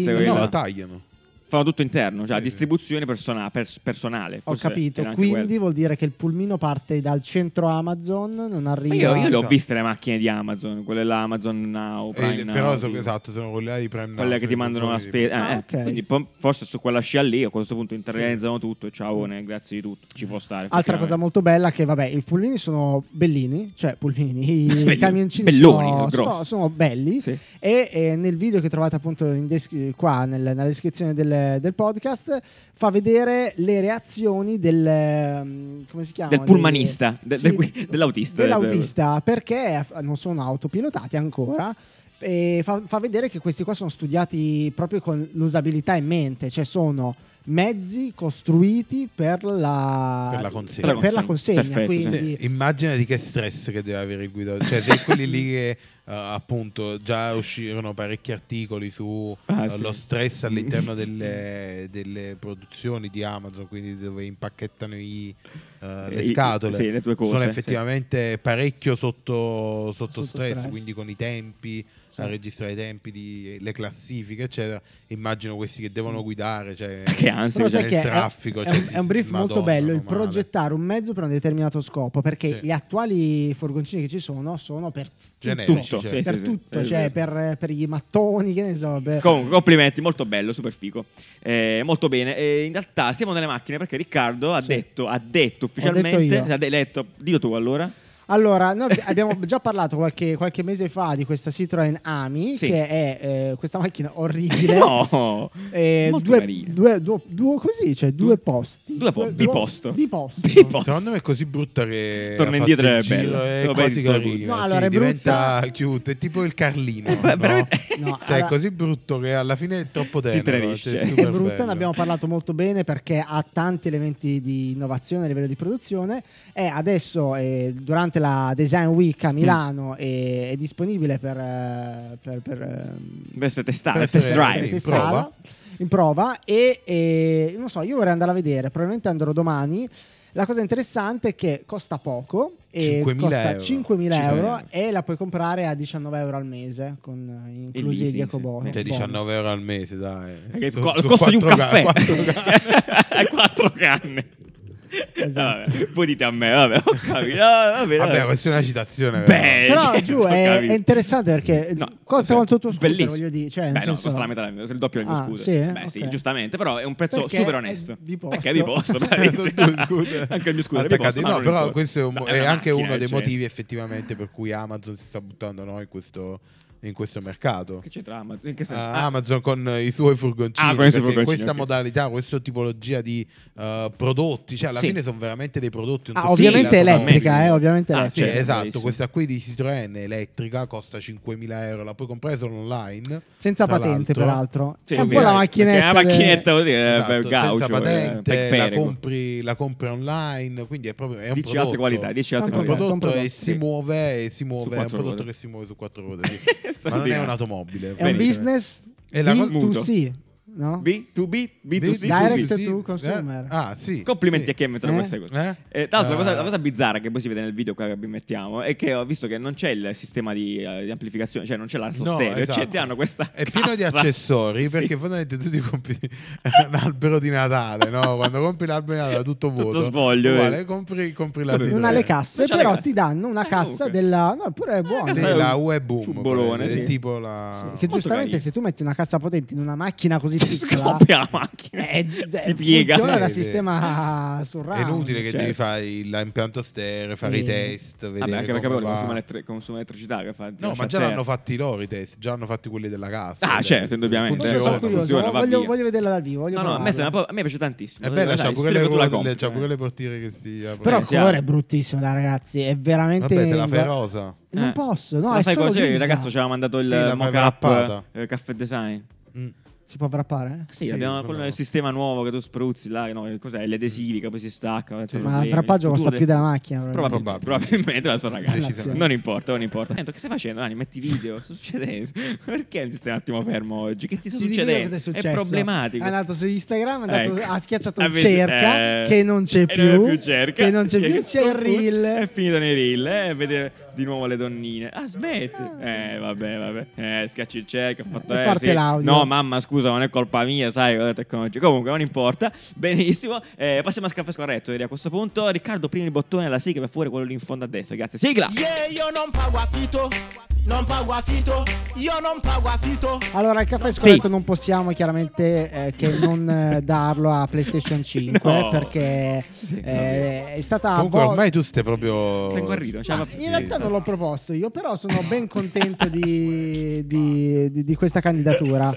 C: no,
D: No,
B: quello.
D: la tagliano.
B: Fanno tutto interno, cioè
D: Sì, sì.
B: distribuzione persona- pers- personale.
C: Ho
B: forse
C: capito,
B: era anche
C: quindi
B: quello.
C: vuol dire che il pulmino parte dal centro Amazon, non
B: Ma
C: arriva...
B: Io, io le ho
D: No.
B: viste le macchine di Amazon, quelle là Amazon Now,
D: Eh,
B: Prime
D: però
B: Now,
D: so-
B: tipo,
D: esatto, sono quelle là di Prime
B: quelle
D: Now,
B: che ti
D: sono
B: mandano la
D: quelle di-
B: spesa. Ah,
C: Ah,
B: eh,
C: ok.
B: Quindi po- forse su quella scia lì a questo punto internalizzano tutto. Ciao, grazie di tutto. Ci può stare.
C: Altra cosa
B: effettivamente.
C: molto bella che, vabbè, i pullini sono bellini, cioè pullini,
B: (laughs) Belli-
C: i camioncini
B: belloni,
C: sono,
B: grossi.
C: sono- sono belli
B: Sì.
C: e, eh, nel video che trovate appunto in des- qua nel- nella descrizione del, del podcast fa vedere le reazioni del, ehm, come si chiama?
B: Del
C: Dei-
B: pulmanista, de-
C: sì,
B: de- dell'autista. eh,
C: dell'autista, perché f- non sono autopilotati ancora. E fa, fa vedere che questi qua sono studiati proprio con l'usabilità in mente, cioè sono mezzi costruiti per la,
D: Per la consegna.
C: per- per la
B: Perfetto,
C: consegna,
B: sì.
C: quindi
D: Sì, immagina di che stress che deve avere il guidatore. Cioè, se quelli lì che eh, appunto già uscirono parecchi articoli su
B: Ah,
D: eh,
B: sì.
D: lo
B: (laughs)
D: stress all'interno delle, delle produzioni di Amazon, quindi dove impacchettano i, eh, le
B: I-
D: scatole,
B: sì, le tue cose,
D: sono
B: sì.
D: effettivamente parecchio sotto, sotto
C: Sotto
D: stress,
C: stress.
D: quindi con i tempi.
C: Sì.
D: A registrare i tempi, di- le classifiche, eccetera. Immagino questi che devono guidare. Cioè,
B: Mm. (laughs) Che ansia,
D: cioè,
C: Però sai
D: il
C: che è-
D: traffico,
C: è,
D: cioè,
C: un, è un brief
D: Madonna,
C: molto bello il
D: non male.
C: progettare un mezzo per un determinato scopo perché
D: Sì.
C: gli attuali furgoncini che ci sono sono per tutto,
D: Generici, Tutto,
B: Cioè, sì,
C: per,
B: sì, sì.
C: tutto
B: È
C: cioè per, per gli mattoni che ne so per-
B: Comunque, complimenti, molto bello, super fico. Eh, molto bene. Eh, in realtà siamo nelle macchine perché Riccardo ha
C: Sì.
B: detto, ha detto ufficialmente,
C: detto io.
B: ha de- letto, dillo tu allora.
C: Allora, noi
B: (laughs)
C: abbi- abbiamo già parlato qualche, qualche mese fa di questa Citroen Ami,
B: Sì.
C: che è eh, questa
B: (laughs)
C: macchina orribile.
B: No,
C: Eh,
B: molto
C: due,
B: carina.
C: due- due- due- come si dice? Due posti.
B: Due po- di posto.
C: Di posto.
B: Di posto.
D: Secondo me è così brutta che
B: Torna
D: ha
B: indietro
D: fatto
B: è
D: il giro
B: bello.
D: e
B: Se lo
D: quasi
B: pensi, sono
D: carino.
C: brutta. No,
D: Sì,
C: allora è
D: diventa cute, è tipo il Carlino.
B: Eh, (laughs) beh,
D: no?
B: veramente- (laughs)
C: No,
D: Cioè,
C: allora-
D: è così brutto che alla fine è troppo
B: Ti
D: tenero.
B: tradisce.
D: Cioè,
B: È
D: è
C: È
D: super
C: brutta, ne
D: bello.
C: abbiamo parlato molto bene perché ha tanti elementi di innovazione a livello di produzione e adesso eh, durante la Design Week a Milano
D: Mm.
C: è, è disponibile per, eh, per- per, ehm,
B: Deve essere testato,
D: Deve
B: test
D: essere-
B: drive.
D: sì. in
C: testata,
D: prova.
C: in prova e, e, non so, io vorrei andare a vedere, probabilmente andrò domani. La cosa interessante è che costa poco, e
D: 5.000
C: costa
D: euro.
C: 5.000 euro,
B: euro.
C: e la puoi comprare a 19 euro al mese, con, eh, inclusi
B: leasing,
C: gli eco
B: sì.
C: bo-
B: Cioè,
D: Cioè,
C: bonus.
D: 19 euro al mese, dai.
B: Perché
D: Su-
B: co- il
D: su
B: costo di un
D: quattro ga-
B: caffè.
D: quattro ga-
B: Quattro canne.
C: Esatto.
B: Vabbè, poi dite a me, vabbè, ho (laughs) capito. Ah, vabbè,
D: Vabbè,
B: vabbè.
D: questa è una citazione.
B: Beh,
D: però.
B: (laughs)
C: Però
B: cioè,
C: giù
B: ho
C: è,
B: capito.
C: è interessante perché
B: No,
C: costa
B: cioè,
C: quanto il tuo scooter,
B: bellissimo.
C: voglio dire. Cioè, nel
B: Beh, no,
C: senso-
B: costa la metà, del- il doppio del mio
C: Ah,
B: scooter.
C: sì, eh?
B: Beh, sì,
C: Ok.
B: giustamente, però è un prezzo
C: Perché
B: super
C: è
B: onesto.
C: di posto.
B: Perché è di
C: (laughs)
B: posto,
D: Sono
B: bravissimo.
D: due scooter.
B: Anche il mio scooter è di posto,
D: Attaccati.
B: ma
D: No,
B: non
D: però
B: importa.
D: questo è, un-
B: Ma
D: è
B: una
D: anche
B: macchina,
D: uno dei
B: cioè.
D: motivi effettivamente per cui Amazon si sta buttando no, in, questo, in questo mercato.
B: Che c'è tra Amazon? In che senso?
D: Ah, Amazon con eh, i suoi furgoncini
B: Ah, con i suoi
D: perché
B: furgoncini,
D: questa
B: ok.
D: modalità, questa tipologia di eh, prodotti, cioè alla
B: Sì.
D: fine sono veramente dei prodotti un
C: Ah,
D: po'
C: ovviamente
D: simili,
C: elettrica,
D: no?
C: eh, ovviamente
B: Ah,
D: Ah, sì,
C: elettrica.
B: certo,
D: esatto,
B: bravissimo.
D: questa qui di Citroën è elettrica, costa 5.000 euro, la puoi comprare solo online.
C: Senza
D: Tra
C: patente,
D: l'altro-
C: peraltro.
B: Sì,
C: è un
B: ok.
C: po' la
B: Perché
C: macchinetta.
B: è una
C: de-
B: macchinetta così, eh,
D: Esatto,
B: per gaucho,
D: senza
B: eh,
D: patente,
B: per
D: la
B: Perego.
D: compri, la compri online, quindi è proprio è un
B: Dici
D: prodotto.
B: altre qualità, dici altre
C: Un
D: È un
B: qualità.
D: prodotto,
C: un prodotto,
D: e
B: sì.
D: si muove, e si muove, è un
B: quattro
D: prodotto
B: ruote.
D: che si muove su quattro
B: (laughs)
D: ruote, sì. ma non è
B: Straordinario.
D: un'automobile.
C: È un
B: Vedi,
C: business
D: E la cosa-
C: B2C, no?
B: B2B, B2C.
C: Direct
B: B2B.
C: to consumer.
D: Ah, sì.
B: Complimenti
D: sì.
B: a chi ha inventato
C: Eh?
B: queste cose.
D: Eh?
B: Eh, tra l'altro, la, cosa,
D: Ah.
B: la cosa bizzarra che poi si vede nel video qua che vi mettiamo è che ho visto che non c'è il sistema di, eh, di amplificazione, cioè non c'è la
D: No,
B: stereo,
D: esatto.
B: cioè ti hanno questa.
D: è pieno di
B: cassa.
D: accessori
B: Sì. (laughs)
D: perché fondamentalmente tu ti compri (laughs) l'albero di Natale no? quando compri l'albero di Natale è tutto
B: Tutto
D: vuoto
B: svoglio,
D: uguale
B: eh.
D: compri, compri la
B: Capito.
C: Non ha
D: Citroën.
C: le casse,
B: Non c'ha le
C: però
B: casse.
C: ti danno una
B: Eh,
C: cassa
B: comunque. Eh,
C: della... No, pure è buona.
D: sì,
B: Sai,
D: la
B: un
D: UE Boom
B: ciubolone,
D: parece,
B: sì.
D: è tipo la
C: Che
B: Molto
C: giustamente
B: carino.
C: se tu metti una cassa potente in una macchina
B: (laughs)
C: così
B: Si
C: piccola...
B: scoppia la macchina,
C: eh, gi-
B: si
C: eh,
B: piega.
C: Funziona
D: Sì,
C: da
D: sì.
C: sistema sul
D: è inutile che
B: Certo.
D: devi fare il- l'impianto stereo fare
C: Sì.
D: i test vedere
B: Vabbè, anche perché
D: come
B: poi
D: va.
B: consuma, elettri- consuma elettricità che fa.
D: no ma già l'hanno fatti loro i test già hanno fatti quelli della cassa
B: Ah,
D: i
B: certo,
D: test.
B: indubbiamente.
C: Sono
D: Funziona,
C: curioso,
D: funziona.
B: funziona, va
C: voglio,
B: via.
C: voglio vederla dal vivo. voglio
B: No, no, a me,
C: provarla.
B: sembra proprio- a me piace tantissimo.
D: è bella
B: Dai,
D: c'ha Eh pure,
B: spero
D: le
B: che tu la
D: ruote-
B: compri,
D: c'ha
B: eh.
D: pure le portiere che si aprono
C: Però
B: Eh,
C: il
B: sì,
C: colore
B: ah.
C: è bruttissimo, dai, ragazzi. È veramente.
D: vabbè te la fai rosa
C: Non
B: Eh.
C: posso, no,
B: Te la
C: è
B: fai
C: solo
B: così, il
C: grigia.
B: ragazzo ci aveva mandato il
D: Sì, la fai
B: mock
D: wrappata.
B: up eh, caffè design.
D: Mm.
C: Si può wrappare? eh?
B: Sì,
D: Sì,
B: abbiamo
D: quello
B: quello
D: no.
B: del sistema nuovo che tu spruzzi là, no, cos'è? Gli adesivi che poi si staccano. senza
D: Ma
B: problemi.
C: l'attrappaggio
B: Il futuro
C: costa più della macchina,
B: Probabilmente,
D: probabilmente.
B: probabilmente la sua ragazza.
D: Decisamente.
B: Non importa, non importa. Sento, che stai facendo? Dani, metti video. Cosa sta succedendo? (laughs) Perché ti stai un attimo fermo oggi? Che ti sta
C: Ti dico io
B: succedendo?
C: cosa è
B: È,
C: successo.
B: problematico.
C: È andato su Instagram, è andato-
B: Ecco. (laughs)
C: ha schiaccito
B: Ha
C: un
B: visto-
C: cerca
B: eh,
C: che non c'è
B: e non è
C: più,
B: cerca.
C: che non c'è più, c'è il
B: Confus-
C: reel.
B: È finito nei reel. eh, vedere di nuovo le donnine. Ah, smetti. Eh, vabbè, vabbè. Eh, schiacci il cerca. Ho fatto
C: E
B: eh,
C: parte
B: sì.
C: l'audio.
B: No, mamma, scusa, ma non è colpa mia, sai, con la tecnologia. Comunque, non importa. Benissimo. Eh, passiamo al caffè scorretto. direi, A questo punto, Riccardo, prima il bottone alla sigla per fuori quello lì in fondo a destra. Grazie. Sigla.
C: Allora, il caffè scorretto non possiamo chiaramente eh, che non eh, darlo a
B: (laughs)
C: PlayStation 5
B: No.
C: perché
B: Sì,
C: eh, è stata un
D: Comunque
C: po'...
D: ormai tu stai proprio...
B: Ah, boh. Sei guarito. cioè,
C: Ma
B: ma-
C: in realtà non l'ho proposto io, però sono ben contento di, di- di- di questa candidatura.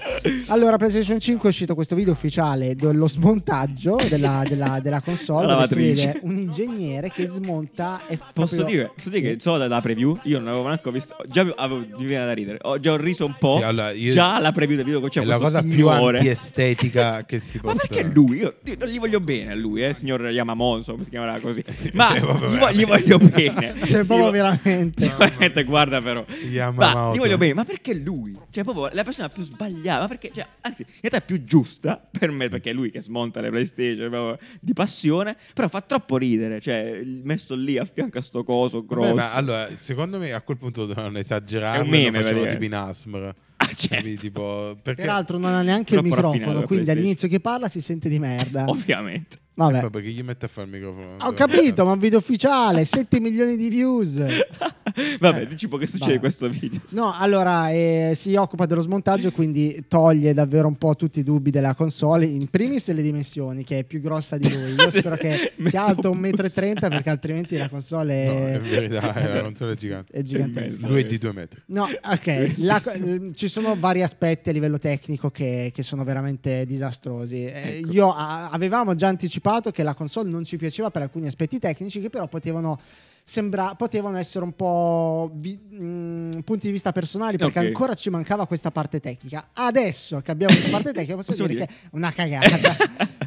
C: Allora, PlayStation 5 è uscito questo video ufficiale dello smontaggio della, della- della console.
B: La
C: dove si
B: lavatrice.
C: vede un ingegnere che smonta e
B: Posso
C: proprio-
B: dire, posso dire
C: Sì.
B: che solo dalla preview io non avevo neanche visto. Già avevo, avevo- mi viene da ridere. Ho già ho riso un po'.
D: Sì, allora, io-
B: già la preview del video che c'è
D: è la
B: questo
D: cosa
B: signore. (laughs)
D: più antiestetica che si
B: Ma
D: possa...
B: perché lui? Io, io non gli voglio bene a lui, eh, signor Yamamoto, come si chiamerà così. Ma
D: (laughs) Sì, vabbè,
B: gli, vo- gli
D: veramente.
B: voglio bene.
C: (laughs) Cioè, proprio
B: Gli vo-
C: veramente.
B: Sì, (laughs) veramente, guarda però. Ma
D: Yamamoto.
B: gli voglio bene, ma perché lui? Cioè, proprio la persona più sbagliata, ma perché, cioè, anzi, in realtà è più giusta per me, perché è lui che smonta le PlayStation proprio di passione, però fa troppo ridere, cioè, messo lì a fianco a sto coso grosso.
D: Beh, ma allora, secondo me a quel punto dovevano esagerare.
B: È un meme,
D: lo facevano
B: praticamente.
D: tipo in ASMR.
B: (laughs) Ah, certo.
D: Quindi, tipo, perché,
C: Peraltro non ha neanche il
B: Troppo raffinato
C: microfono,
B: per
C: quindi
B: PlayStation. Eh,
C: all'inizio che parla si sente di merda.
B: Ovviamente. (laughs)
C: Vabbè.
D: Poi Eh, perché gli mette a fare il microfono?
C: Ho capito, ma un video ufficiale, 7 milioni di views.
B: Vabbè, dici un po' che succede
C: Eh, vabbè.
B: in questo video.
C: No, allora eh, si occupa dello smontaggio, quindi toglie davvero un po' tutti i dubbi della console. In primis le dimensioni, che è più grossa di lui. Io spero che
B: Mezzo
C: sia alto
B: busto.
C: 1,30 m perché altrimenti la console
D: No, è
C: è,
D: verità, è la
B: (laughs)
D: console gigante.
C: è gigantesca.
B: Cioè, Mezzo.
D: Lui è di due metri.
C: No, ok, la- ci sono vari aspetti a livello tecnico che, che sono veramente disastrosi. Eh,
B: Ecco.
C: Io a- avevamo già anticipato che la console non ci piaceva per alcuni aspetti tecnici che però potevano, sembra- potevano essere un po' vi- mh, punti di vista personali perché
B: Ok.
C: ancora ci mancava questa parte tecnica. Adesso che abbiamo questa parte tecnica possiamo
B: Possiamo
C: dire,
B: dire?
C: che è
B: (laughs)
C: una cagata.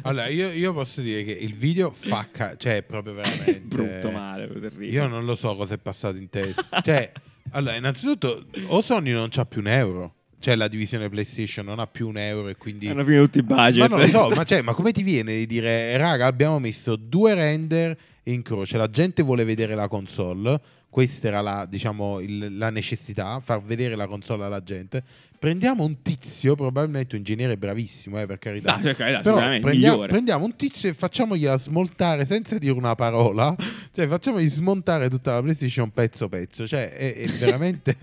D: Allora, io, io posso dire che il video fa ca- cioè è
B: (laughs)
D: proprio veramente
B: Brutto male, terribile.
D: Io non lo so cosa è passato in testa. cioè, allora, innanzitutto, o Sony non c'ha più un euro. Cioè, la divisione PlayStation non ha più un euro e quindi
B: Hanno finito tutti i budget.
D: Ma non
B: (laughs)
D: lo so, ma, cioè, ma come ti viene di dire, raga, abbiamo messo due render in croce, la gente vuole vedere la console, questa era la, diciamo, il- la necessità, far vedere la console alla gente. Prendiamo un tizio, probabilmente un ingegnere bravissimo, eh, per carità.
B: No, cioè, carità,
D: Però
B: sicuramente,
D: prendiamo,
B: migliore.
D: prendiamo un tizio e facciamogliela smontare senza dire una parola, (laughs) cioè facciamogli smontare tutta la PlayStation pezzo pezzo, cioè è,
B: (laughs)
D: è veramente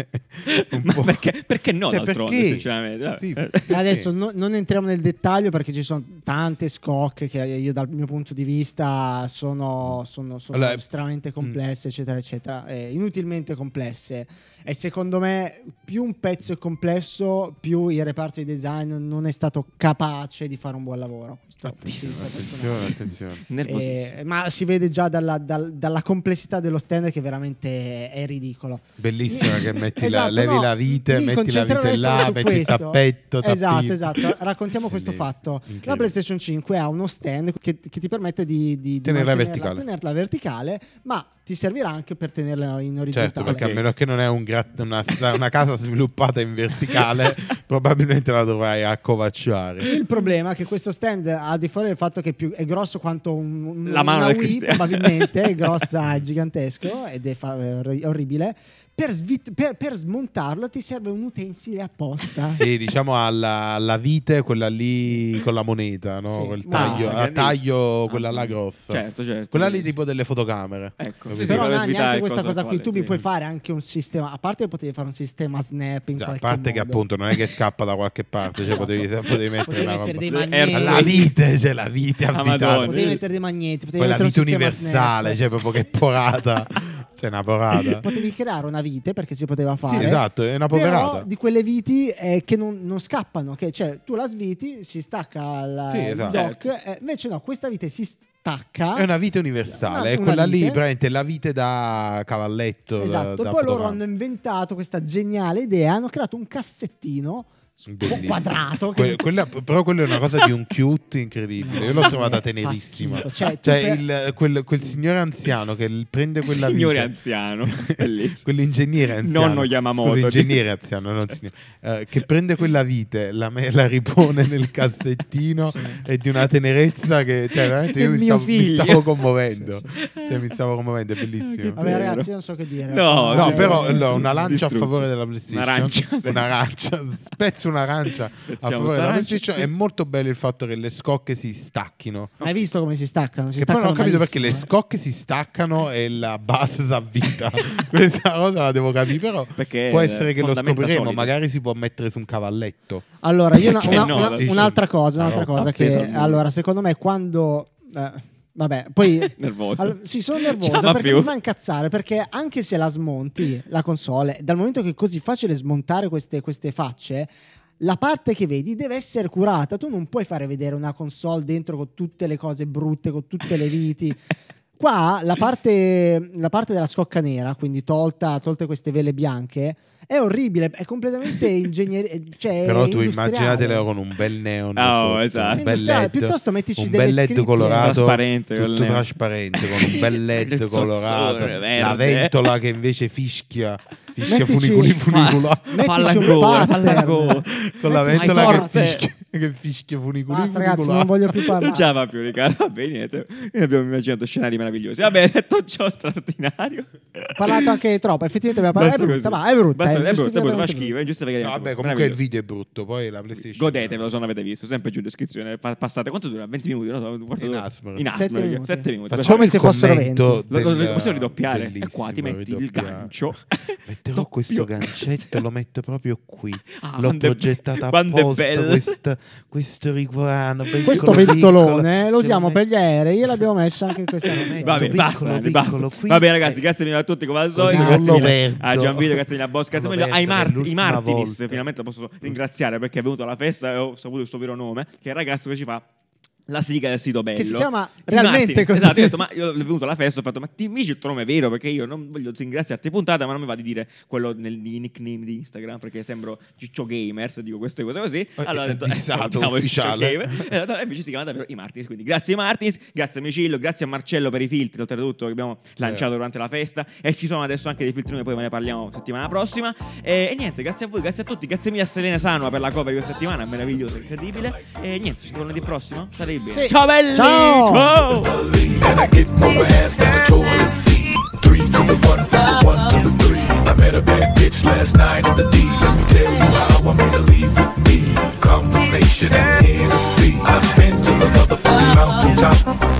D: un
B: Ma
D: po'...
B: perché- perché no,
D: Cioè,
B: d'altronde,
D: perché?
B: sinceramente, vabbè.
D: Sì,
B: Eh.
D: perché?
C: Adesso no- non entriamo nel dettaglio perché ci sono tante scocche che io dal mio punto di vista sono, sono- sono
D: Allora, eh, mm.
C: estremamente complesse, eccetera, eccetera, eh, inutilmente complesse. E secondo me più un pezzo è complesso, più il reparto di design non è stato capace di fare un buon lavoro.
D: Ah,
C: Questo è un punto di vista
D: Attenzione,
C: personale.
D: attenzione.
B: Nervosissimo.
C: Eh, ma si vede già dalla, dal- dalla complessità dello stand che veramente è ridicolo.
D: Bellissima che metti la,
C: Esatto,
D: levi
C: no,
D: la vite,
C: mi
D: metti la
C: concentrerò
D: vite là,
C: solo su
D: metti il
C: questo.
D: tappetto, tappino.
C: Esatto,
D: (laughs)
C: esatto. Raccontiamo questo
D: Bellissimo,
C: fatto. La
D: incredibile.
C: PlayStation 5 ha uno stand che, che ti permette di, di, di
D: Tenerla
C: mantenerla-
D: verticale.
C: tenerla verticale, ma ti servirà anche per tenerla in orizzontale.
D: Certo, perché
B: Ok.
D: a meno che non è un grat- una, una casa sviluppata in
C: (laughs)
D: verticale, probabilmente la dovrai accovacciare.
C: Il problema è che questo stand, al di fuori del fatto che è, più- è grosso quanto un, un-
B: La mano
C: una
B: del
C: Wii,
B: Cristiano.
C: probabilmente,
D: (laughs)
C: è grossa, è gigantesco ed è fa- è orri- orribile. Per, svit- per- per smontarlo ti serve un utensile apposta.
D: Sì, diciamo alla, alla vite, quella lì con la moneta, no?
C: Sì.
D: Quel
C: Ah,
D: taglio, a
B: grandissimo.
D: taglio quella
B: Ah,
D: là grossa.
B: certo, certo.
D: Quella lì tipo delle fotocamere.
C: Eh,
B: Ecco,
D: Capito?
B: sì, sì.
C: Però
B: proprio
C: Nani,
B: svitare
C: anche questa
B: cosa
C: cosa qui
B: quale,
C: tu mi
B: sì.
C: puoi fare anche un sistema. A parte potevi fare un sistema snap in
D: Già, Cioè, a
C: qualche
D: parte che
C: modo.
D: appunto non è che scappa da qualche parte, cioè potevi, potevi mettere
C: Potevi
D: una
C: mettere
D: roba- Eh,
C: dei
B: Airplane.
C: magneti.
D: La vite, c'è la vite
B: Ah,
D: avvitata.
B: Madonna.
C: Potevi mettere dei magneti, potevi
D: quella
C: mettere un
D: vite
C: sistema
D: universale,
C: snap.
D: cioè proprio che porata. C'è una porata.
C: Potevi creare una vite perché si poteva fare.
D: Sì, esatto, è una
C: Però
D: poverata.
C: di quelle viti eh, che non, non scappano, che, cioè tu la sviti, si stacca la,
D: Sì, esatto.
C: il dock,
B: Certo.
C: eh, invece no, questa vite si stacca.
D: È una vite universale,
C: Una-
D: è
C: una
D: quella lì,
C: vite.
D: praticamente la vite da cavalletto. da-
C: Esatto,
D: da
C: poi loro
D: fotocamera.
C: hanno inventato questa geniale idea, hanno creato un cassettino
D: Bellissimo.
C: quadrato che-
D: Que- quella- però quella è una cosa di un cute incredibile.
B: Ah,
D: Io l'ho trovata
C: Fa
D: tenerissima.
C: schifo.
D: Cioè,
C: Cioè, tu-
D: il- quel, quel signore anziano che l- prende quella
B: Signore
D: vita-
B: anziano,
D: (laughs)
B: bellissimo.
D: Quell'ingegnere anziano.
B: Nonno Yamamoto.
D: Scusa, ingegnere anziano, non signore. Eh, che prende quella vite, la, me- la ripone
B: (laughs)
D: nel cassettino e di una tenerezza che cioè, veramente io
B: È
D: mi
B: mio
D: stavo, mi
B: figlio.
D: stavo commuovendo. Cioè, mi stavo commuovendo, è bellissimo.
B: Ah, che
C: Vabbè, ragazzi, io non so che dire.
B: No,
D: No,
B: Eh,
D: però
B: sì,
D: no, una
B: sì,
D: lancia
B: distrutto.
D: a favore della PlayStation. (laughs)
B: Un'arancia, sì.
D: Un'arancia. Spezzo un'arancia a
B: Spezziamo
D: favore della
B: un'arancia,
D: PlayStation.
B: sì.
D: È molto bello il fatto che le scocche si stacchino.
C: Hai visto come si staccano? Si
D: Che poi non ho
C: staccano
D: capito perché le
C: malissimo,
D: scocche si staccano e la base
B: (laughs)
D: si avvita. Questa cosa la devo capire, però
B: Perché
D: può
B: è
D: essere che lo
B: Eh, fondamenta
D: scopriremo.
B: solide.
D: Magari si può mettere su un cavalletto.
C: eh. Allora, io una-
B: Perché
C: una-
B: no,
C: una-
B: la-
C: un'altra cosa, un'altra
D: Ah,
C: cosa
B: appeso
C: che
B: al muro.
C: allora, secondo me quando eh, vabbè, poi
B: (laughs) Nervoso.
C: Allora, sì,
B: (laughs)
C: sono
B: Ce
C: nervoso
B: la fa
C: perché
B: più.
C: mi fa incazzare perché anche se la smonti la console, dal momento che è così facile smontare queste, queste facce, la parte che vedi deve essere curata. Tu non puoi fare vedere una console dentro con tutte le cose brutte, con tutte le
B: (laughs)
C: viti. Qua la parte, la parte della scocca nera, quindi tolta, tolte queste vele bianche, è orribile,
B: (laughs)
C: è completamente ingegneria. Cioè,
D: però tu
C: industriale.
D: immaginatela con un bel neon.
B: Ah, oh,
D: sotto,
B: esatto.
D: Un bel
C: Industriale,
D: LED,
C: piuttosto mettici
D: un
C: delle
D: bel LED
C: scritte.
D: colorato.
B: Trasparente, col
D: tutto
B: neon.
D: trasparente con
B: (laughs)
D: un bel LED
B: Il
D: colorato.
B: sozzone verde.
D: La ventola che invece fischia. Fischia
C: Mettici- (laughs)
D: funiculi funicula.
C: Mettici
B: Palla
C: un
B: go,
C: pattern.
B: palla go.
D: Con la
C: Mettici-
B: Hai
D: ventola
B: forte.
D: che fischia, che fischia funiculi
C: Basta, ragazzi,
D: funicula.
C: non voglio più
B: (laughs)
C: parlare.
B: Non ce la fa più, Riccardo. Va bene, niente. Noi abbiamo immaginato scenari meravigliosi. (laughs) Vabbè, detto ciò, straordinario.
C: Ho parlato anche troppo, effettivamente abbiamo parlato. È brutta, ma è brutta. eh,
B: Basta, è brutta, è brutta,
C: giustificatamente
B: fa schifo. È giusto perché
D: No, vabbè, comunque il
B: Meraviglioso.
D: video è brutto. Poi la PlayStation.
B: Godetevelo se non avete visto, sempre giù in descrizione. Fa- Passate quanto dura? 20 minuti? No? Un quarto
D: In
B: d'ora?
D: Asmr.
B: In
C: Sette
B: Asmr,
C: minuti.
B: 7 minuti.
D: Facciamo
C: Come
D: il
C: se fossero
D: commento
B: Lo- lo-
D: del-
B: lo possiamo ridoppiare e qua ti
D: bellissimo,
B: metti il
D: ridoppiare.
B: gancio (laughs)
D: metterò questo
B: Doppio.
D: gancetto lo metto proprio qui
B: Ah,
D: l'ho
B: quando è be-
D: progettata
B: quando è
D: apposta
B: bello.
D: questa- questo riguano piccolo,
C: Questo ventolone
D: piccolo, (laughs) ce
C: lo usiamo per
D: met-
C: gli aerei e l'abbiamo messo anche in
D: (laughs)
C: questa
D: Ce lo metto
B: Vabbè,
D: piccolo,
B: basta, Andy,
D: piccolo,
B: basta.
D: qui.
B: Vabbè, ragazzi,
D: Eh,
B: grazie mille a tutti come al solito.
D: Così
B: Grazie
D: non lo
B: mille a Ah,
D: perdo.
B: Gianvito, grazie mille a Bosca, grazie
D: Non
B: mille
D: lo
B: ai
D: perdo, è
B: Mart- i
D: l'ultima
B: Martinis.
D: volta.
B: Finalmente lo posso ringraziare perché è venuto alla festa e ho saputo il suo vero nome, che è il ragazzo che ci fa la sigla del sito bello.
C: Che si chiama
B: I
C: realmente
B: Martinis.
C: così.
B: Esatto, io ho detto, ma io l'ho venuto alla festa, ho fatto, ma dimmi il tuo nome vero perché io non voglio ringraziarti puntata, ma non mi va di dire quello nel di nickname di Instagram perché sembro Ciccio Gamer se dico queste cose così.
D: Eh,
B: Allora ho
D: eh,
B: detto,
D: dissato,
B: (laughs) saltiamo il Ciccio
D: ufficiale.
B: Gamer. Eh, no, invece si chiama davvero i Martins. Quindi grazie ai Martins, grazie a Micillo, grazie a Marcello per i filtri, oltretutto, che abbiamo lanciato durante la festa. E ci sono adesso anche dei filtri, noi poi ve ne parliamo settimana prossima. E, e niente, grazie a voi, grazie a tutti, grazie mille a Serena Sanua per la cover di questa settimana, meravigliosa, incredibile. E niente, ci vediamo lunedì prossimo. Sarei bene.
C: Sì.
B: Ciao belli!
C: Ciao!
B: Ciao!
J: And I get more ass than a toilet seat. Three to the one, from the one to the three. I met a bad bitch last night in the D. Let me tell you how I made her leave with me. Conversation and Hennessy. I've been to the motherfucking mountaintop.